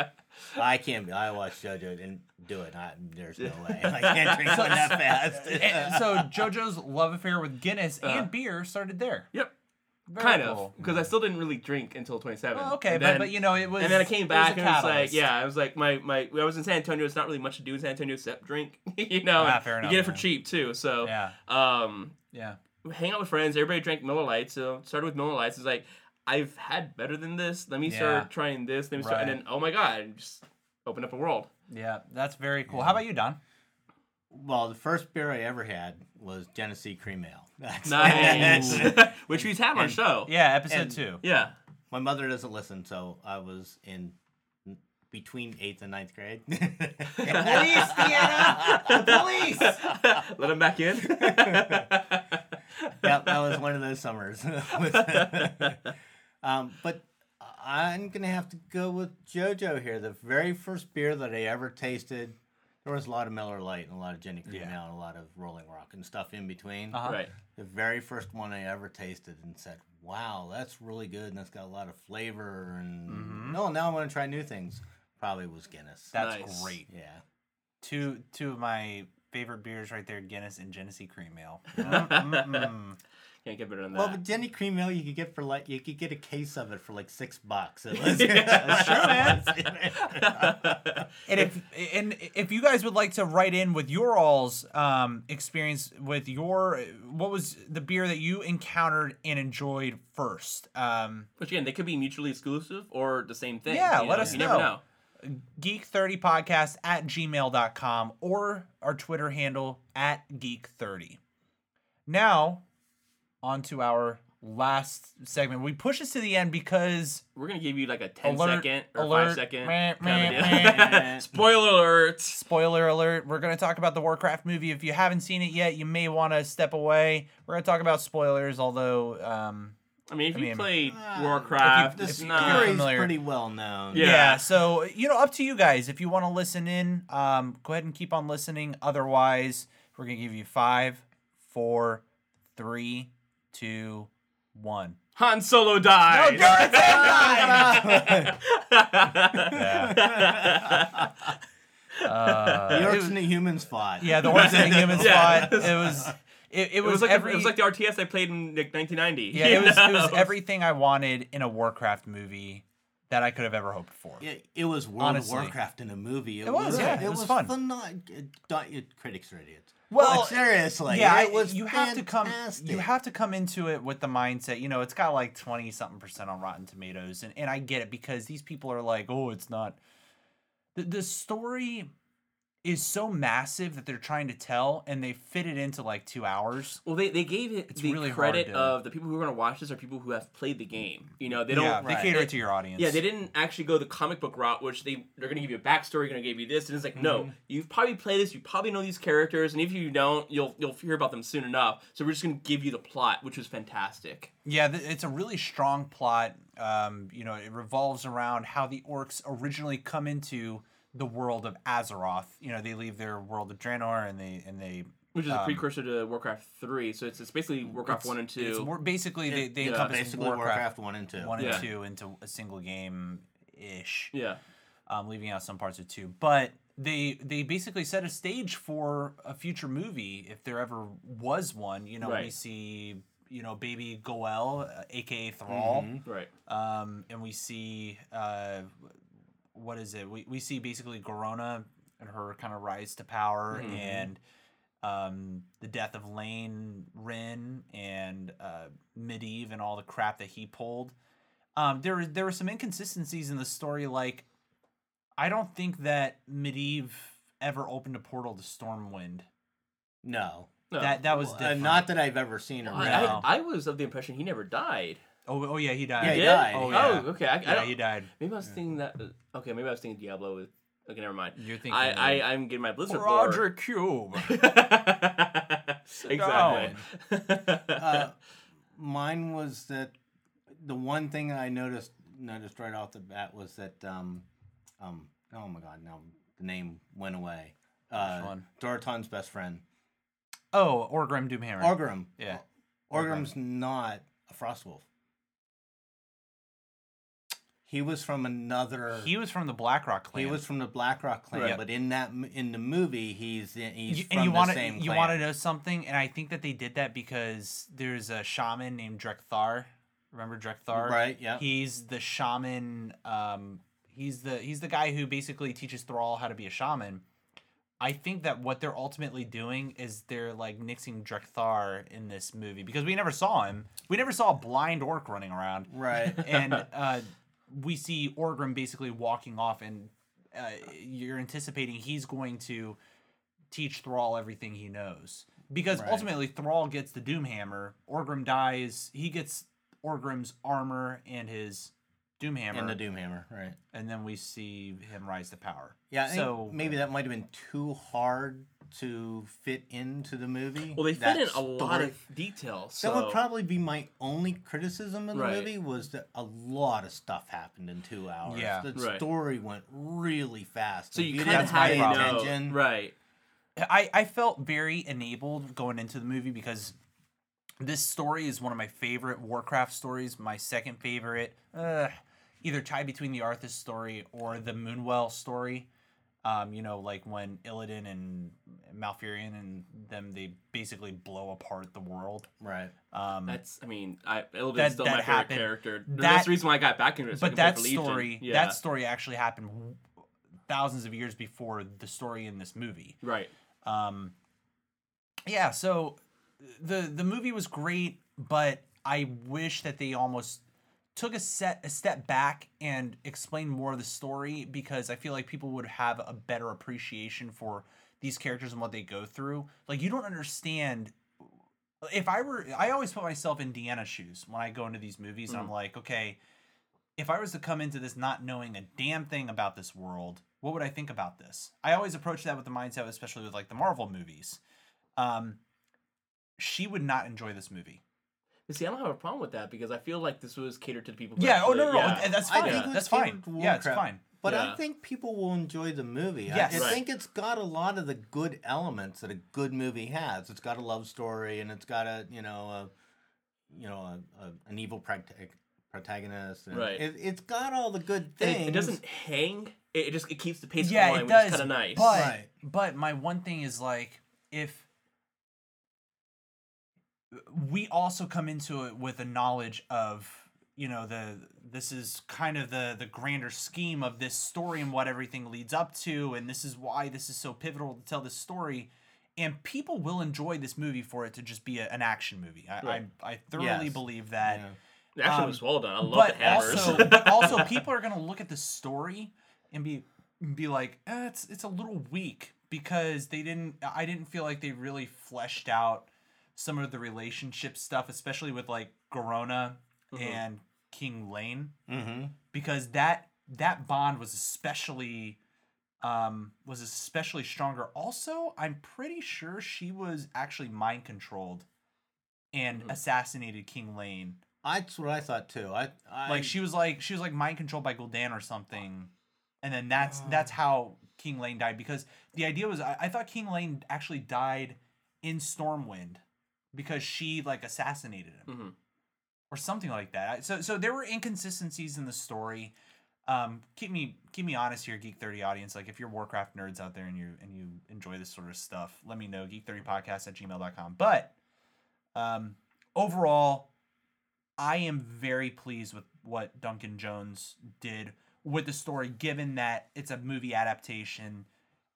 Speaker 3: I can't. be- I watched JoJo and do it. I, there's no way. I can't drink one that fast.
Speaker 1: And Uh, so JoJo's love affair with Guinness
Speaker 2: Uh.
Speaker 1: and beer started there.
Speaker 2: Yep.
Speaker 1: Very
Speaker 2: kind of
Speaker 1: cool.
Speaker 2: because I still didn't really drink until 27.
Speaker 1: Well, okay,
Speaker 2: And
Speaker 1: but,
Speaker 2: then-
Speaker 1: but you know it was.
Speaker 2: and then I came
Speaker 1: it
Speaker 2: back
Speaker 1: was a
Speaker 2: and it was like,
Speaker 1: catalyst.
Speaker 2: yeah, I was like, my my I was in San Antonio. It's not really much to do in San Antonio except drink, you know.
Speaker 1: Ah,
Speaker 2: and
Speaker 1: fair
Speaker 2: you
Speaker 1: enough,
Speaker 2: get it for
Speaker 1: yeah.
Speaker 2: cheap too. So
Speaker 1: yeah,
Speaker 2: um,
Speaker 1: yeah.
Speaker 2: hang out with friends. Everybody drank Miller Lights. So started with Miller Lights. It's like I've had better than this. Let me
Speaker 1: Yeah.
Speaker 2: start trying this. Let me start, and
Speaker 1: Right.
Speaker 2: then oh my god, and just open up a world.
Speaker 1: Yeah, that's very cool. How about you, Don?
Speaker 3: well, the first beer I ever had was Genesee Cream Ale. That's
Speaker 2: Nice, which we've had on show.
Speaker 1: Yeah, episode
Speaker 3: And-
Speaker 1: two.
Speaker 2: yeah.
Speaker 3: My mother doesn't listen, so I was in between eighth and ninth grade.
Speaker 1: Police, Deanna! Police!
Speaker 2: Let him back in.
Speaker 3: yep, that was one of those summers. um, but I'm gonna have to go with JoJo here. The very first beer that I ever tasted, there was a lot of Miller Lite and a lot of Jenny Cream
Speaker 1: Yeah.
Speaker 3: Ale and a lot of Rolling Rock and stuff in between.
Speaker 1: Uh-huh.
Speaker 2: right.
Speaker 3: The very first one I ever tasted and said, "Wow, that's really good and that's got a lot of flavor." And
Speaker 1: Mm-hmm.
Speaker 3: no, now I want to try new things. Probably was Guinness.
Speaker 1: That's
Speaker 2: Nice.
Speaker 1: great.
Speaker 3: yeah.
Speaker 1: Two two of my favorite beers right there: Guinness and Genesee Cream Ale. Mm, mm, mm.
Speaker 2: Can't get better than that.
Speaker 3: Well, but Jenny Cream Ale, you could get for like you could get a case of it for like six bucks. It was-
Speaker 2: That's
Speaker 1: true, and if and if you guys would like to write in with your all's um, experience with your what was the beer that you encountered and enjoyed first? Um,
Speaker 2: Which again, they could be mutually exclusive or the same thing.
Speaker 1: Yeah,
Speaker 2: you
Speaker 1: let us
Speaker 2: you Never
Speaker 1: know.
Speaker 2: know.
Speaker 1: geek30 podcast at gmail.com or our Twitter handle at geek30. Now, on to our last segment. We push this to the end because
Speaker 2: We're gonna give you like a 10
Speaker 1: Alert,
Speaker 2: second or
Speaker 1: alert,
Speaker 2: five second.
Speaker 1: meh,
Speaker 2: kind of
Speaker 1: meh,
Speaker 2: deal. Spoiler alert.
Speaker 1: spoiler alert we're going to talk about the warcraft movie if you haven't seen it yet you may want to step away we're going to talk about spoilers although um,
Speaker 2: I mean, if
Speaker 1: I
Speaker 2: you
Speaker 1: mean, uh,
Speaker 2: play
Speaker 3: Ah,
Speaker 2: Warcraft,
Speaker 3: The
Speaker 2: it's
Speaker 1: you-
Speaker 2: not.
Speaker 1: you're
Speaker 3: story's
Speaker 1: familiar.
Speaker 3: pretty well known.
Speaker 1: yeah.
Speaker 2: Yeah.
Speaker 1: so you know up to you guys if you want to listen in um, go ahead and keep on listening otherwise we're going to give you five four three two one
Speaker 2: Han Solo died.
Speaker 3: the orcs and the humans fought.
Speaker 1: yeah the orcs and the humans
Speaker 2: Yeah.
Speaker 1: fought it was it, it,
Speaker 2: It was, like
Speaker 1: every,
Speaker 2: the, it was like the RTS I played in like 1990.
Speaker 1: yeah, it was, it
Speaker 2: you know?
Speaker 1: was everything I wanted in a Warcraft movie that I could have ever hoped for.
Speaker 3: It, it was World
Speaker 1: Honestly.
Speaker 3: of Warcraft in a movie. It,
Speaker 1: was, yeah, it was fun.
Speaker 3: phenom- don't- you- critics are idiots.
Speaker 1: Well,
Speaker 3: But seriously,
Speaker 1: yeah,
Speaker 3: it was
Speaker 1: you have to
Speaker 3: fantastic.
Speaker 1: come. You have to come into it with the mindset. You know, it's got like twenty something percent on Rotten Tomatoes, and and I get it because these people are like, oh, it's not. The the story is so massive that they're trying to tell, and they fit it into like two hours.
Speaker 2: Well, they, they gave it the
Speaker 1: really hard
Speaker 2: credit
Speaker 1: to-
Speaker 2: of the people who are going to watch this are people who have played the game. You know, they don't.
Speaker 1: yeah,
Speaker 3: right.
Speaker 1: they cater to your audience.
Speaker 2: Yeah, they didn't actually go the comic book route, which they they're gonna give you a backstory, gonna give you this, and it's like,
Speaker 1: Mm-hmm.
Speaker 2: no, you've probably played this, you probably know these characters, and if you don't, you'll you'll hear about them soon enough. So we're just gonna give you the plot, which was fantastic.
Speaker 1: Yeah, th- it's a really strong plot. Um, you know, it revolves around how the orcs originally come into the world of Azeroth. You know, they leave their world of Draenor and they and they
Speaker 2: Which is a precursor to Warcraft three, so it's it's basically Warcraft one and two.
Speaker 1: Um, it's wor- basically they, they
Speaker 2: yeah,
Speaker 1: encompass
Speaker 3: basically Warcraft,
Speaker 1: Warcraft,
Speaker 3: one and two.
Speaker 1: one and
Speaker 2: Yeah.
Speaker 1: two into a single game ish.
Speaker 2: yeah,
Speaker 1: Um, leaving out some parts of two, but they they basically set a stage for a future movie if there ever was one. You know, we
Speaker 2: Right.
Speaker 1: see you know baby Goel, uh, aka Thrall.
Speaker 2: Mm-hmm. right.
Speaker 1: um, and we see uh, what is it? We, we see basically Gorona and her kind of rise to power
Speaker 3: Mm-hmm.
Speaker 1: and um, the death of Lane Rin and uh, Medivh and all the crap that he pulled. Um, there were- there were some inconsistencies in the story. Like, I don't think that Medivh ever opened a portal to Stormwind.
Speaker 3: No,
Speaker 2: No.
Speaker 1: That that was
Speaker 3: Well, uh,
Speaker 1: different.
Speaker 3: not that I've ever seen her.
Speaker 2: I,
Speaker 3: no.
Speaker 1: No.
Speaker 2: I, I was of the impression he never died.
Speaker 1: Oh, oh yeah, he died.
Speaker 3: Yeah, he
Speaker 2: Did?
Speaker 3: died.
Speaker 2: Oh,
Speaker 1: Oh, yeah.
Speaker 2: okay. I, I
Speaker 1: Yeah,
Speaker 2: don't-
Speaker 1: he died.
Speaker 2: Maybe I was thinking that. uh, Okay, maybe I was thinking Diablo. With, okay, never mind.
Speaker 1: You're thinking
Speaker 2: I,
Speaker 1: of-
Speaker 2: I I'm getting my Blizzard
Speaker 1: Roger Cube.
Speaker 2: exactly.
Speaker 3: Uh, mine was that the one thing I noticed noticed right off the bat was that um um oh my god now the name went away. Uh,
Speaker 1: one?
Speaker 3: Doroton's best friend,
Speaker 1: Oh, or Grim Doomhammer.
Speaker 3: Orgrim.
Speaker 1: yeah.
Speaker 3: Orgrim's not a Frostwolf. He was from another.
Speaker 1: He was from the Blackrock
Speaker 3: He
Speaker 1: clan.
Speaker 3: was from the Blackrock clan,
Speaker 1: Right.
Speaker 3: but in that m- in the movie, he's in, he's
Speaker 1: You-
Speaker 3: from
Speaker 1: and you
Speaker 3: the
Speaker 1: want to
Speaker 3: same
Speaker 1: you
Speaker 3: clan.
Speaker 1: want to know something, and I think that they did that because there's a shaman named Drekthar. Remember Drekthar?
Speaker 3: Right, yeah.
Speaker 1: He's the shaman. Um, he's the he's the guy who basically teaches Thrall how to be a shaman. I think that what they're ultimately doing is they're like nixing Drekthar in this movie because we never saw him. We never saw a blind orc running around.
Speaker 3: right.
Speaker 1: and uh, we see Orgrim basically walking off, and uh, you're anticipating he's going to teach Thrall everything he knows. Because
Speaker 3: Right.
Speaker 1: ultimately, Thrall gets the Doomhammer. Orgrim dies. He gets Orgrim's armor and his Doomhammer,
Speaker 3: And
Speaker 1: and,
Speaker 3: the Doomhammer, right?
Speaker 1: then we see him rise to power.
Speaker 3: Yeah, I think
Speaker 1: So
Speaker 2: uh,
Speaker 3: maybe that might have been too hard to fit into the movie.
Speaker 2: Well, they fit
Speaker 3: that
Speaker 2: in a lot
Speaker 3: story.
Speaker 2: of detail. So
Speaker 3: That would probably be my only criticism of the
Speaker 2: Right.
Speaker 3: movie was that a lot of stuff happened in two hours.
Speaker 1: Yeah.
Speaker 3: the
Speaker 2: Right.
Speaker 3: story went really fast.
Speaker 2: so
Speaker 3: If
Speaker 2: you kind
Speaker 3: didn't
Speaker 2: of
Speaker 1: That's my
Speaker 2: had to
Speaker 3: pay
Speaker 2: know,
Speaker 3: attention-
Speaker 2: right?
Speaker 1: I, I felt very enabled going into the movie because this story is one of my favorite Warcraft stories. My second favorite, uh, either tied between the Arthas story or the Moonwell story. Um, you know, like when Illidan and Malfurion and them they basically blow apart the world.
Speaker 3: Right.
Speaker 1: Um,
Speaker 2: That's, I mean, I
Speaker 1: That-
Speaker 2: Illidan's still
Speaker 1: that
Speaker 2: my favorite
Speaker 1: happened.
Speaker 2: character.
Speaker 1: That-
Speaker 2: That's the reason why I got back into it. so I
Speaker 1: but
Speaker 2: could play
Speaker 1: that
Speaker 2: for Legion.
Speaker 1: story,
Speaker 2: yeah.
Speaker 1: that story actually happened w- thousands of years before the story in this movie.
Speaker 2: right.
Speaker 1: Um, yeah, so the the movie was great, but I wish that they almost took a set a step back and explained more of the story because I feel like people would have a better appreciation for these characters and what they go through. Like you don't understand if I were I always put myself in Deanna's shoes when I go into these movies and I'm like, okay, if I was to come into this not knowing a damn thing about this world, what would I think about this? I always approach that with the mindset, especially with like the Marvel movies. Um, she would not enjoy this movie.
Speaker 2: But see, I don't have a problem with that because I feel like this was catered to the people. who
Speaker 1: yeah. Oh no, no, no.
Speaker 2: actually- yeah.
Speaker 1: and That's
Speaker 3: I
Speaker 1: fine.
Speaker 3: think
Speaker 1: That's
Speaker 3: it's
Speaker 1: fine.
Speaker 3: David
Speaker 1: Yeah, it's
Speaker 3: Warcraft,
Speaker 1: fine.
Speaker 3: But
Speaker 2: Yeah.
Speaker 3: I think people will enjoy the movie. I-
Speaker 1: Yes.
Speaker 3: I,
Speaker 1: Right.
Speaker 3: think it's got a lot of the good elements that a good movie has. It's got a love story, and it's got a you know a you know a, a, an evil protag- protagonist. And
Speaker 2: Right.
Speaker 3: It, it's got all the good
Speaker 2: And
Speaker 3: things.
Speaker 2: It, it doesn't hang. It, it just it keeps the pace
Speaker 1: yeah,
Speaker 2: going,
Speaker 1: it
Speaker 2: which
Speaker 1: does.
Speaker 2: is kind of nice.
Speaker 1: But
Speaker 3: Right.
Speaker 1: but my one thing is like if we also come into it with a knowledge of you know the this is kind of the the grander scheme of this story and what everything leads up to and this is why this is so pivotal to tell this story and people will enjoy this movie for it to just be a, an action movie i
Speaker 2: Right.
Speaker 1: I, I thoroughly
Speaker 3: Yes.
Speaker 1: believe that
Speaker 3: Yeah.
Speaker 2: The action
Speaker 1: um,
Speaker 2: was well done. I love
Speaker 1: but
Speaker 2: the hammers.
Speaker 1: also, but also people are gonna look at the story and be be like, eh, it's it's a little weak because they didn't. I didn't feel like they really fleshed out some of the relationship stuff, especially with like Garona
Speaker 2: Mm-hmm.
Speaker 1: and King Lane,
Speaker 3: Mhm.
Speaker 1: because that that bond was especially um was especially stronger also i'm pretty sure she was actually mind controlled and
Speaker 2: Mm-hmm.
Speaker 1: assassinated king lane
Speaker 3: That's what I thought too. I, I
Speaker 1: like she was like she was like mind controlled by Gul'dan or something, and then that's that's how King Lane died because the idea was I, I thought King Lane actually died in Stormwind because she like assassinated him
Speaker 2: Mhm.
Speaker 1: or something like that. I- So so there were inconsistencies in the story. Um, keep me keep me honest here, Geek Thirty audience. Like if you're Warcraft nerds out there and you and you enjoy this sort of stuff, let me know. Geek Thirty Podcast at gmail.com. But um, overall, I am very pleased with what Duncan Jones did with the story, given that it's a movie adaptation.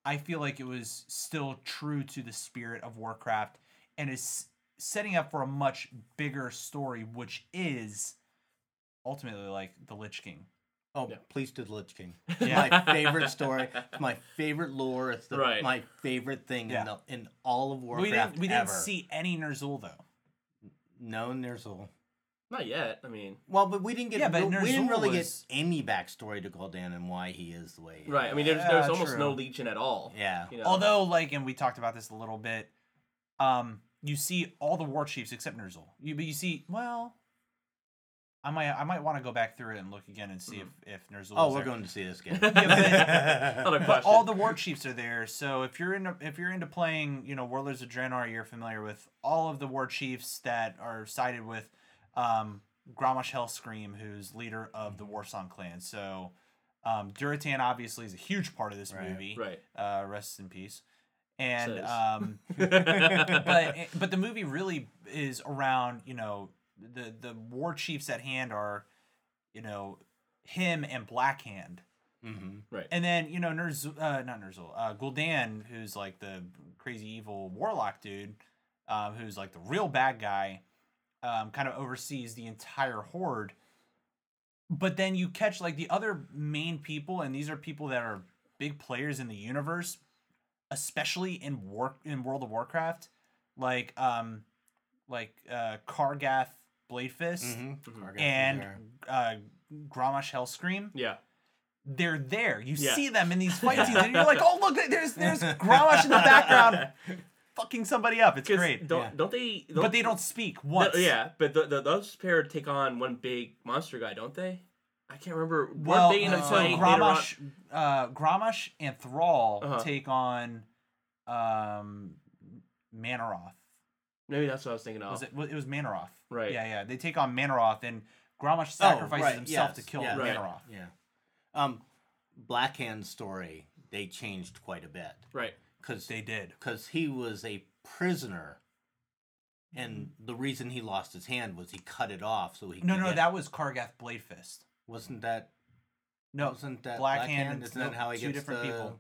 Speaker 1: I feel like it was still true to the spirit of Warcraft and is setting up for a much bigger story, which is ultimately like The Lich King.
Speaker 3: Oh,
Speaker 2: Yeah.
Speaker 3: please do the Lich King. It's
Speaker 1: Yeah.
Speaker 3: my favorite story. It's my favorite lore. It's the,
Speaker 2: Right.
Speaker 3: my favorite thing
Speaker 1: Yeah.
Speaker 3: in the, in all of
Speaker 1: We
Speaker 3: Warcraft
Speaker 1: didn't, we
Speaker 3: ever.
Speaker 1: didn't see any Nerzul though.
Speaker 3: no Ner'zhul.
Speaker 2: Not yet. I mean,
Speaker 3: Well, but we didn't get
Speaker 1: Yeah, but
Speaker 3: we, we didn't
Speaker 1: Ner'zhul
Speaker 3: really
Speaker 1: was-
Speaker 3: get any backstory to Gul'dan and why he is the way. He
Speaker 2: right. I
Speaker 3: is.
Speaker 2: mean, there's there's
Speaker 1: Yeah,
Speaker 2: almost
Speaker 1: true.
Speaker 2: no legion at all.
Speaker 3: Yeah.
Speaker 2: You know?
Speaker 1: Although, like, and we talked about this a little bit. Um, you see all the war chiefs except Nerzul. You but you see, well, I might I might want to go back through it and look again and see if if Nerzul.
Speaker 3: Oh,
Speaker 1: is
Speaker 3: we're
Speaker 1: there.
Speaker 3: going to see this game.
Speaker 1: Mm-hmm.
Speaker 2: Another
Speaker 1: But
Speaker 2: question.
Speaker 1: all the war chiefs are there, so if you're into if you're into playing, you know, Warlords of Draenor, you're familiar with all of the war chiefs that are sided with um, Gramash Hellscream, who's leader of the
Speaker 3: Mm-hmm.
Speaker 1: Warsong clan. So um, Duratan obviously is a huge part of this
Speaker 3: Right.
Speaker 1: movie.
Speaker 2: Right.
Speaker 1: Uh, rest in peace. And
Speaker 2: Says.
Speaker 1: um, but but the movie really is around you know the the war chiefs at hand are you know him and Blackhand.
Speaker 3: hmm
Speaker 2: right.
Speaker 1: And then you know Nerz, uh, not Nerzul, uh, Gul'dan, who's like the crazy evil warlock dude, um, who's like the real bad guy, um, kind of oversees the entire horde. But then you catch like the other main people, and these are people that are big players in the universe, especially in war in World of Warcraft, like um, like uh, Kargath Bladefist
Speaker 3: Mm-hmm.
Speaker 1: Mm-hmm. and uh, Gramash Hellscream
Speaker 2: yeah.
Speaker 1: they're there. You
Speaker 2: Yeah.
Speaker 1: see them in these fight scenes, and you're like, "Oh, look! There's there's
Speaker 3: Oh,
Speaker 1: Gramash in the background, fucking somebody up. It's
Speaker 2: 'Cause
Speaker 1: great."
Speaker 2: Don't
Speaker 3: yeah.
Speaker 2: don't they? Don't,
Speaker 1: But they don't speak
Speaker 2: no,
Speaker 1: once.
Speaker 2: yeah, but the, the, those pair take on one big monster guy, don't they? I can't remember. Weren't
Speaker 1: Well,
Speaker 2: they in a
Speaker 1: so
Speaker 2: fight later on?
Speaker 1: Gramash, uh, Gramash and Thrall
Speaker 2: Uh-huh.
Speaker 1: take on um, Manoroth.
Speaker 2: Maybe that's what I was thinking of.
Speaker 1: Was it? It was Manoroth.
Speaker 2: Oh. Right.
Speaker 1: Yeah, yeah. They take on Manoroth, and Gramash sacrifices
Speaker 3: Oh, right,
Speaker 1: himself
Speaker 3: yes,
Speaker 1: to kill
Speaker 3: yeah.
Speaker 2: Right.
Speaker 1: Manoroth.
Speaker 3: Yeah. Um, Blackhand's story they changed quite a bit
Speaker 2: Right.
Speaker 3: because
Speaker 1: They did.
Speaker 3: because he was a prisoner, and the reason he lost his hand was he cut it off so he
Speaker 1: Mm-hmm. No,
Speaker 3: could
Speaker 1: no,
Speaker 3: get-
Speaker 1: that was Kargath Bladefist.
Speaker 3: wasn't that
Speaker 1: No,
Speaker 3: Wasn't that
Speaker 1: Black
Speaker 3: Blackhand?
Speaker 1: Hand?
Speaker 3: Isn't that
Speaker 1: no,
Speaker 3: how he
Speaker 1: two
Speaker 3: gets
Speaker 1: different
Speaker 3: the-
Speaker 1: people?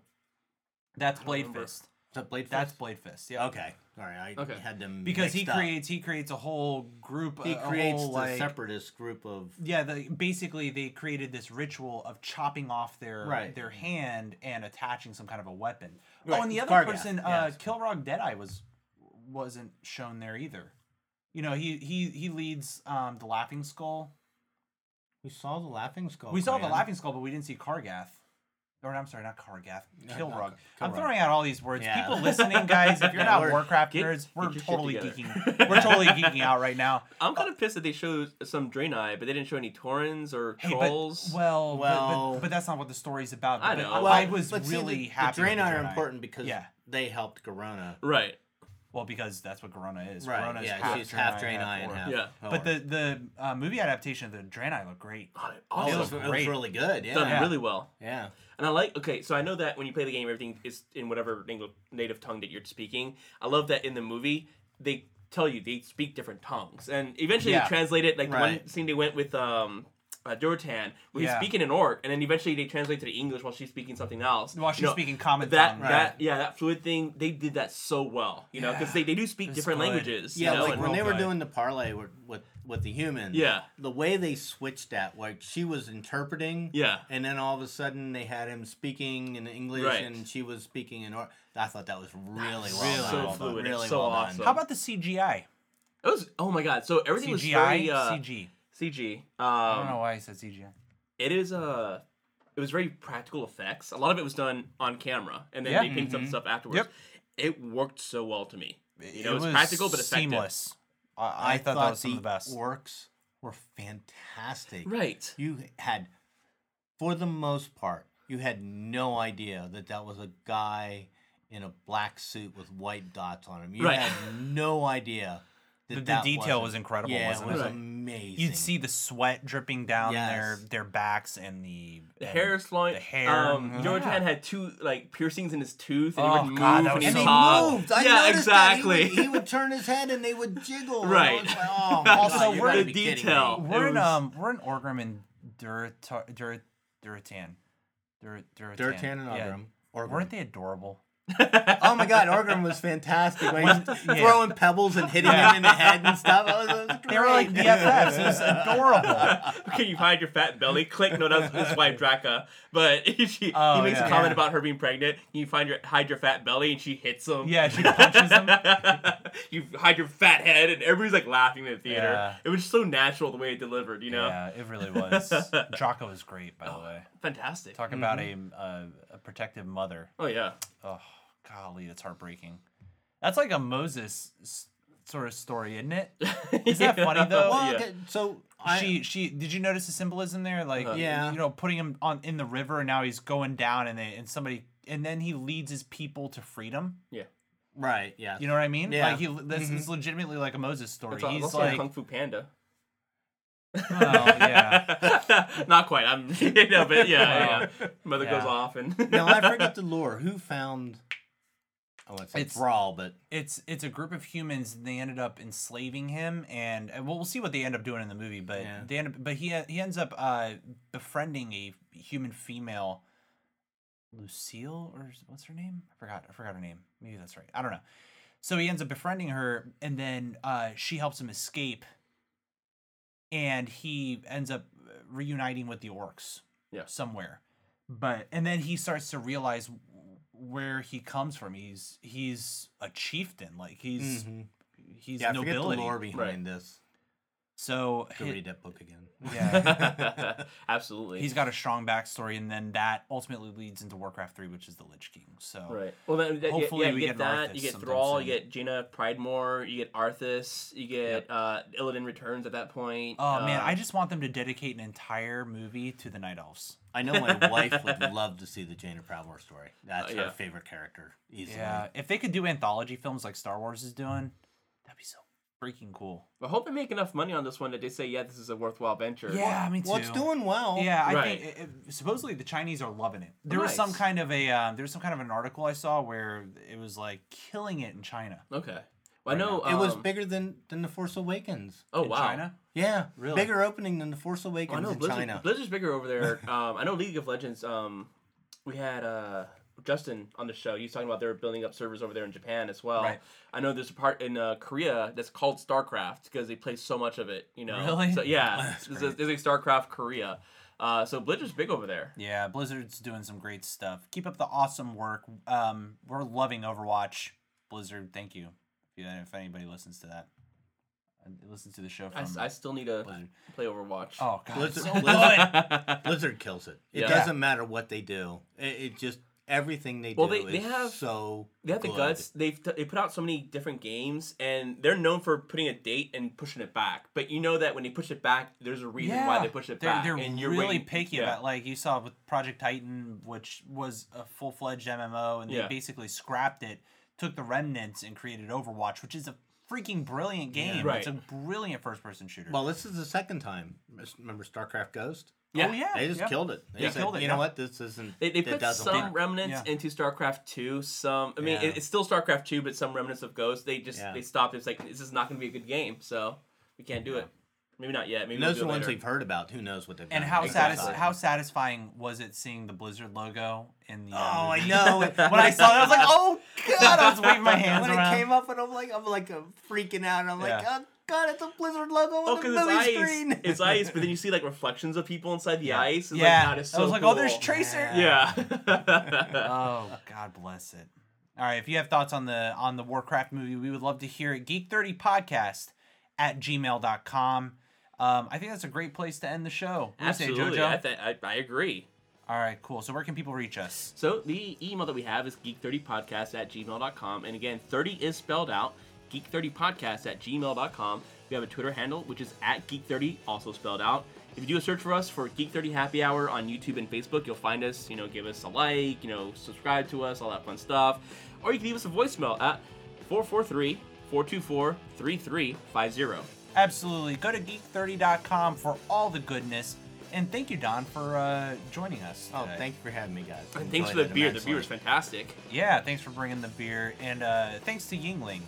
Speaker 1: That's
Speaker 2: I don't remember.
Speaker 1: Bladefist.
Speaker 3: that Blade Fist?
Speaker 1: That's Blade Fist. Yeah.
Speaker 3: Okay. All right. I
Speaker 2: Okay.
Speaker 3: had them
Speaker 1: Because he
Speaker 3: mixed up.
Speaker 1: creates he creates a whole group.
Speaker 3: He
Speaker 1: a- a
Speaker 3: creates
Speaker 1: whole,
Speaker 3: the
Speaker 1: like-
Speaker 3: separatist group of
Speaker 1: Yeah, the, basically they created this ritual of chopping off their
Speaker 3: Right.
Speaker 1: their hand and attaching some kind of a weapon.
Speaker 3: Right,
Speaker 1: Oh, and the
Speaker 3: it's
Speaker 1: other
Speaker 3: Gargath,
Speaker 1: person,
Speaker 3: yeah,
Speaker 1: uh,
Speaker 3: it's-
Speaker 1: Kilrog Deadeye was wasn't shown there either. You know, he he he leads um, the Laughing Skull.
Speaker 3: We saw the laughing skull.
Speaker 1: we saw the
Speaker 3: Clan.
Speaker 1: Laughing Skull, but we didn't see Kargath. Or I'm sorry, not Kargath,
Speaker 3: No,
Speaker 1: Kilrog.
Speaker 3: not
Speaker 1: I'm
Speaker 3: Kilrog.
Speaker 1: throwing out all these words.
Speaker 3: Yeah.
Speaker 1: People listening, guys, if you're
Speaker 3: Yeah,
Speaker 1: not
Speaker 3: we're-
Speaker 1: Warcraft
Speaker 2: get-
Speaker 1: nerds, we're
Speaker 2: get your shit
Speaker 1: totally
Speaker 2: together.
Speaker 1: geeking. We're totally geeking out right now.
Speaker 2: I'm kind of pissed that they showed some Draenei, but they didn't show any Taurans or
Speaker 1: Hey, but,
Speaker 2: trolls.
Speaker 1: well, but- but,
Speaker 3: Well-
Speaker 1: but, that's not what the story's about.
Speaker 2: I
Speaker 1: But
Speaker 2: know.
Speaker 1: I,
Speaker 2: Well,
Speaker 1: I was
Speaker 3: but see,
Speaker 1: really
Speaker 3: the,
Speaker 1: happy.
Speaker 3: The
Speaker 1: with
Speaker 3: Draenei are
Speaker 1: Draenei.
Speaker 3: important because
Speaker 1: Yeah.
Speaker 3: they helped Garona.
Speaker 2: right.
Speaker 1: Well, because that's what Corona is.
Speaker 3: Right.
Speaker 1: Corona is
Speaker 3: yeah,
Speaker 1: half
Speaker 3: she's half
Speaker 1: Draenei,
Speaker 3: Draenei and half.
Speaker 1: Orc.
Speaker 2: Yeah.
Speaker 1: But
Speaker 3: Orc.
Speaker 1: the the uh, movie adaptation of the Draenei looked great.
Speaker 3: Oh, it
Speaker 2: Awesome.
Speaker 3: was, it was
Speaker 1: great.
Speaker 3: really good. Yeah.
Speaker 2: Done
Speaker 1: Yeah.
Speaker 2: really well.
Speaker 3: Yeah.
Speaker 2: And I like okay, so I know that when you play the game, everything is in whatever nang- native tongue that you're speaking. I love that in the movie they tell you they speak different tongues, and eventually
Speaker 1: Yeah.
Speaker 2: they translate it. Like the one
Speaker 3: Right.
Speaker 2: scene they went with um. Uh, Durtan, where he's
Speaker 1: Yeah.
Speaker 2: speaking in Orc, and then eventually they translate to the English while she's speaking something else.
Speaker 1: While she's
Speaker 2: You know,
Speaker 1: speaking common
Speaker 2: that
Speaker 1: tongue.
Speaker 2: that yeah that fluid thing they did that so well, you know, because
Speaker 1: Yeah.
Speaker 2: they, they do speak
Speaker 1: It's
Speaker 2: different
Speaker 1: good.
Speaker 2: languages.
Speaker 3: Yeah,
Speaker 2: you know,
Speaker 3: like
Speaker 2: and-
Speaker 3: when
Speaker 1: real
Speaker 3: they were
Speaker 1: good.
Speaker 3: doing the parlay with, with with the humans.
Speaker 2: Yeah.
Speaker 3: The way they switched that, like she was interpreting.
Speaker 2: Yeah.
Speaker 3: And then all of a sudden they had him speaking in English
Speaker 2: Right.
Speaker 3: and she was speaking in or I thought that was really well
Speaker 1: really
Speaker 3: done.
Speaker 1: so
Speaker 3: well done,
Speaker 2: fluid, it's
Speaker 3: Really
Speaker 2: so
Speaker 3: well
Speaker 2: awesome.
Speaker 3: done.
Speaker 1: How about the CGI?
Speaker 2: it was oh my god, so everything was very
Speaker 1: CGI?
Speaker 3: um,
Speaker 2: uh,
Speaker 1: CG.
Speaker 2: CG. Um,
Speaker 1: I don't know why I said CGI.
Speaker 2: it is uh it was very practical effects. A lot of it was done on camera, and then
Speaker 1: Yeah. Mm-hmm.
Speaker 2: they picked some stuff afterwards.
Speaker 1: Yep.
Speaker 2: It worked so well to me. You know, it was, practical but effective.
Speaker 1: Seamless. I, I, thought, that was some of the best.
Speaker 3: Orcs were fantastic.
Speaker 2: Right.
Speaker 3: You had, for the most part, you had no idea that that was a guy in a black suit with white dots on him. You
Speaker 2: Right.
Speaker 3: had no idea. That
Speaker 1: The- the
Speaker 3: that
Speaker 1: detail
Speaker 3: wasn't-
Speaker 1: was incredible,
Speaker 3: Yeah,
Speaker 1: wasn't
Speaker 3: it was
Speaker 1: it?
Speaker 3: amazing.
Speaker 1: You'd see the sweat dripping down their
Speaker 3: Yes.
Speaker 1: their backs and the,
Speaker 2: The
Speaker 1: and
Speaker 2: hair slowing.
Speaker 1: The hair.
Speaker 2: Um, Jordan
Speaker 1: Yeah.
Speaker 2: had two like piercings in his tooth, and
Speaker 1: Oh,
Speaker 2: he would move
Speaker 1: God, that
Speaker 2: when
Speaker 1: was
Speaker 2: he
Speaker 3: and
Speaker 1: so
Speaker 3: they
Speaker 2: talked.
Speaker 3: moved. I
Speaker 2: yeah,
Speaker 3: noticed that. He
Speaker 2: exactly.
Speaker 3: would- He, would, turn his head and they would jiggle. and I
Speaker 2: Right.
Speaker 3: was like, oh, my
Speaker 1: Also,
Speaker 3: God, you
Speaker 1: we're
Speaker 3: gotta
Speaker 1: in
Speaker 3: be kidding me.
Speaker 2: detail.
Speaker 1: We're
Speaker 2: It
Speaker 1: in
Speaker 2: was-
Speaker 1: um we're in Orgrim and Durata, Dur Duratan. Dur, Duratan.
Speaker 3: Duratan and
Speaker 1: Yeah.
Speaker 3: Orgrim. Orgrim.
Speaker 1: Weren't they adorable?
Speaker 3: Oh my God, Orgrim was fantastic. When he's throwing pebbles and hitting
Speaker 1: Yeah.
Speaker 3: him in the head and stuff. That was, that was
Speaker 1: They were like
Speaker 3: great.
Speaker 1: BFFs. It was adorable.
Speaker 2: Can you hide your fat belly? Click. No, that's his wife Draka. But she,
Speaker 1: Oh,
Speaker 2: he makes
Speaker 1: yeah.
Speaker 2: a comment
Speaker 1: Yeah.
Speaker 2: about her being pregnant. Can you find your hide your fat belly? And she hits him.
Speaker 1: Yeah, she punches them.
Speaker 2: you hide your fat head, and everybody's like laughing in the theater.
Speaker 1: Yeah.
Speaker 2: It was so natural the way it delivered, you know?
Speaker 1: Yeah, it really was. Jocko was great, by the way.
Speaker 2: Fantastic.
Speaker 1: Talk about a,
Speaker 2: Mm-hmm.
Speaker 1: a a protective mother.
Speaker 2: Oh, yeah.
Speaker 1: Oh, golly, that's heartbreaking. That's like a Moses s- sort of story, isn't it? Is that funny though?
Speaker 3: Well,
Speaker 2: Yeah.
Speaker 3: okay, so I,
Speaker 1: she she did you notice the symbolism there like
Speaker 3: Yeah.
Speaker 1: you know putting him on in the river and now he's going down and they and somebody and then he leads his people to freedom
Speaker 2: Yeah.
Speaker 3: right, yeah,
Speaker 1: you know what i mean
Speaker 3: Yeah.
Speaker 1: like he this is legitimately like a moses story
Speaker 2: It's al-
Speaker 1: he's
Speaker 2: also
Speaker 1: like
Speaker 2: Kung Fu Panda.
Speaker 1: well, yeah
Speaker 2: Not quite. I'm, you know, but yeah, yeah. Mother
Speaker 1: Yeah.
Speaker 2: goes off and.
Speaker 3: now I forget the lore. Who found? I want to say
Speaker 1: It's-
Speaker 3: Brawl, but
Speaker 1: it's it's a group of humans and they ended up enslaving him and and well we'll see what they end up doing in the movie but
Speaker 3: Yeah.
Speaker 1: they end up, but he he ends up uh befriending a human female Lucille or s- what's her name? I forgot. I forgot her name. Maybe that's right. I don't know. So he ends up befriending her and then uh she helps him escape and he ends up uh, reuniting with the orcs
Speaker 2: Yeah.
Speaker 1: somewhere but and then he starts to realize where he comes from he's he's a chieftain like he's
Speaker 3: Mhm.
Speaker 1: he's
Speaker 3: yeah, I forget the
Speaker 1: nobility
Speaker 3: lore behind this.
Speaker 1: so
Speaker 3: To
Speaker 1: hi-
Speaker 3: read that book again.
Speaker 1: yeah
Speaker 2: Absolutely.
Speaker 1: he's got a strong backstory and then that ultimately leads into warcraft 3 which is the lich king so
Speaker 2: Right. Well, then, that-
Speaker 1: Hopefully
Speaker 2: yeah, you
Speaker 1: we
Speaker 2: get,
Speaker 1: get
Speaker 2: that.
Speaker 1: Arthas
Speaker 2: You get
Speaker 1: sometime
Speaker 2: Thrall. You
Speaker 1: soon.
Speaker 2: get Jaina Pridemore. You get Arthas. You get uh, Illidan returns at that point.
Speaker 1: oh man
Speaker 2: Uh,
Speaker 1: i just want them to dedicate an entire movie to the night elves
Speaker 3: I know my wife would love to see the Jane of Proudmore story. That's
Speaker 2: Oh, yeah.
Speaker 3: her favorite character, easily.
Speaker 1: Uh, yeah if they could do anthology films like star wars is doing that'd be so freaking cool
Speaker 2: I hope they make enough money on this one that they say, yeah, this is a worthwhile venture.
Speaker 1: yeah me too
Speaker 3: Well, it's doing well.
Speaker 1: Yeah, I
Speaker 2: Right.
Speaker 1: think it, it- supposedly the Chinese are loving it. There was some
Speaker 2: Nice.
Speaker 1: kind of a um, there was some kind of an article I saw where it was like killing it in China.
Speaker 2: Okay. Well, I know
Speaker 3: It was
Speaker 2: um,
Speaker 3: bigger than than the Force Awakens.
Speaker 2: Oh
Speaker 1: in
Speaker 2: wow.
Speaker 1: China.
Speaker 3: Yeah,
Speaker 1: Really? Oh,
Speaker 3: Bigger opening than the Force
Speaker 2: Well, I
Speaker 3: Awakens
Speaker 2: know
Speaker 3: in
Speaker 2: Blizzard,
Speaker 3: China.
Speaker 2: Blizzard's bigger over there. Um, I know League of Legends. Um, we had uh, Justin on the show. He was talking about they were building up servers over there in Japan as well.
Speaker 1: Right.
Speaker 2: I know there's a part in uh, Korea that's called StarCraft because they play so much of it. You know,
Speaker 1: Really?
Speaker 2: So yeah,
Speaker 1: That's
Speaker 2: there's, a,
Speaker 1: great.
Speaker 2: there's like StarCraft Korea. Uh, so Blizzard's big over there.
Speaker 1: Yeah, Blizzard's doing some great stuff. Keep up the awesome work. Um, we're loving Overwatch. Blizzard, thank you. If, you, if anybody listens to that, and listens to the show
Speaker 2: I,
Speaker 1: from.
Speaker 2: s- I still need to
Speaker 1: Blizzard.
Speaker 2: play Overwatch.
Speaker 1: oh god, it's
Speaker 3: Blizzard-
Speaker 1: so
Speaker 3: Blizzard-
Speaker 1: good.
Speaker 3: Blizzard kills it. It
Speaker 2: Yeah.
Speaker 3: doesn't matter what they do. It, it just everything they
Speaker 2: Well,
Speaker 3: do
Speaker 2: they- they
Speaker 3: is
Speaker 2: have-
Speaker 3: so.
Speaker 2: They have the
Speaker 3: good.
Speaker 2: guts. They've t- they put out so many different games, and they're known for putting a date and pushing it back. But you know that when they push it back, there's a reason why they push it
Speaker 1: they're,
Speaker 2: back.
Speaker 1: They're
Speaker 2: and you're
Speaker 1: really
Speaker 2: waiting-
Speaker 1: picky
Speaker 2: yeah.
Speaker 1: about like you saw with Project Titan, which was a full fledged MMO, and they
Speaker 2: Yeah.
Speaker 1: basically scrapped it, took the remnants, and created Overwatch, which is a freaking brilliant game.
Speaker 2: Right.
Speaker 1: It's a brilliant first person shooter.
Speaker 3: Well, this is the second time. Remember StarCraft Ghost?
Speaker 2: Yeah.
Speaker 1: oh yeah,
Speaker 3: They just
Speaker 1: yeah.
Speaker 3: killed it. They
Speaker 1: Yeah.
Speaker 3: said,
Speaker 1: Killed it,
Speaker 3: You know
Speaker 1: yeah.
Speaker 3: what? This isn't.
Speaker 2: They, they
Speaker 3: that
Speaker 2: put
Speaker 3: doesn't
Speaker 2: some
Speaker 3: work."
Speaker 2: remnants
Speaker 1: Yeah.
Speaker 2: into StarCraft two. Some I mean
Speaker 3: Yeah.
Speaker 2: it, it's still StarCraft two, but some remnants of Ghost. They just
Speaker 3: Yeah.
Speaker 2: they stopped. It's like this is not going to be a good game, so we can't do it. Maybe not yet. Maybe
Speaker 3: And
Speaker 2: we'll
Speaker 3: those
Speaker 2: do
Speaker 3: are the
Speaker 2: it
Speaker 3: ones
Speaker 2: later.
Speaker 3: we've heard about. Who knows what they've
Speaker 1: And
Speaker 3: done.
Speaker 1: how
Speaker 3: They
Speaker 1: satis-
Speaker 3: decide.
Speaker 1: how satisfying was it seeing the Blizzard logo in the? uh,
Speaker 3: Oh, I
Speaker 1: movie?
Speaker 3: know.
Speaker 1: When I saw that, I was like, "Oh God!" I was waving my hands
Speaker 3: when
Speaker 1: around.
Speaker 3: it came up, and I'm like, I'm like uh, freaking out. And I'm like,
Speaker 1: Yeah.
Speaker 3: oh God, it's a Blizzard logo on
Speaker 2: Oh,
Speaker 3: the
Speaker 2: because it's
Speaker 3: movie
Speaker 2: ice.
Speaker 3: screen.
Speaker 2: It's ice, but then you see like reflections of people inside the ice. It's
Speaker 1: yeah,
Speaker 2: like, God, it's so
Speaker 1: I was like,
Speaker 2: cool.
Speaker 1: "Oh, there's Tracer."
Speaker 2: Yeah.
Speaker 1: oh god bless it all right if you have thoughts on the on the warcraft movie we would love to hear it geek 30 podcast at gmail.com um, i think that's a great place to end the show What do you say,
Speaker 2: Absolutely.
Speaker 1: Jojo?
Speaker 2: I, th- I, I agree.
Speaker 1: all right cool so where can people reach us
Speaker 2: So the email that we have is geek30podcast at gmail.com. And again, 30 is spelled out, geek30podcast at gmail.com. We have a Twitter handle, which is at geek30, also spelled out. If you do a search for us for Geek30 Happy Hour on YouTube and Facebook, you'll find us, you know, give us a like, you know, subscribe to us, all that fun stuff. Or you can leave us a voicemail at 443 424 3350.
Speaker 1: absolutely go to geek30.com for all the goodness and thank you don for uh, joining us
Speaker 3: Oh,
Speaker 1: today.
Speaker 3: thank you for having me, guys.
Speaker 2: And thanks
Speaker 3: Enjoyed
Speaker 2: for the beer.
Speaker 3: it
Speaker 2: The
Speaker 3: immensely.
Speaker 2: beer was fantastic.
Speaker 1: yeah thanks for bringing the beer and uh, thanks to yingling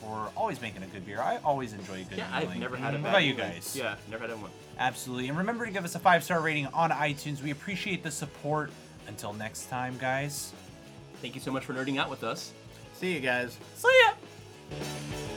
Speaker 1: for always making a good beer i always enjoy a good
Speaker 2: Yeah,
Speaker 1: yingling Mm-hmm.
Speaker 2: I've never had it.
Speaker 1: what about you guys
Speaker 2: Yeah, never had it one.
Speaker 1: Absolutely. And remember to give us a five star rating on iTunes. We appreciate the support. Until next time, guys.
Speaker 2: Thank you so much for nerding out with us.
Speaker 3: See you guys.
Speaker 1: See ya.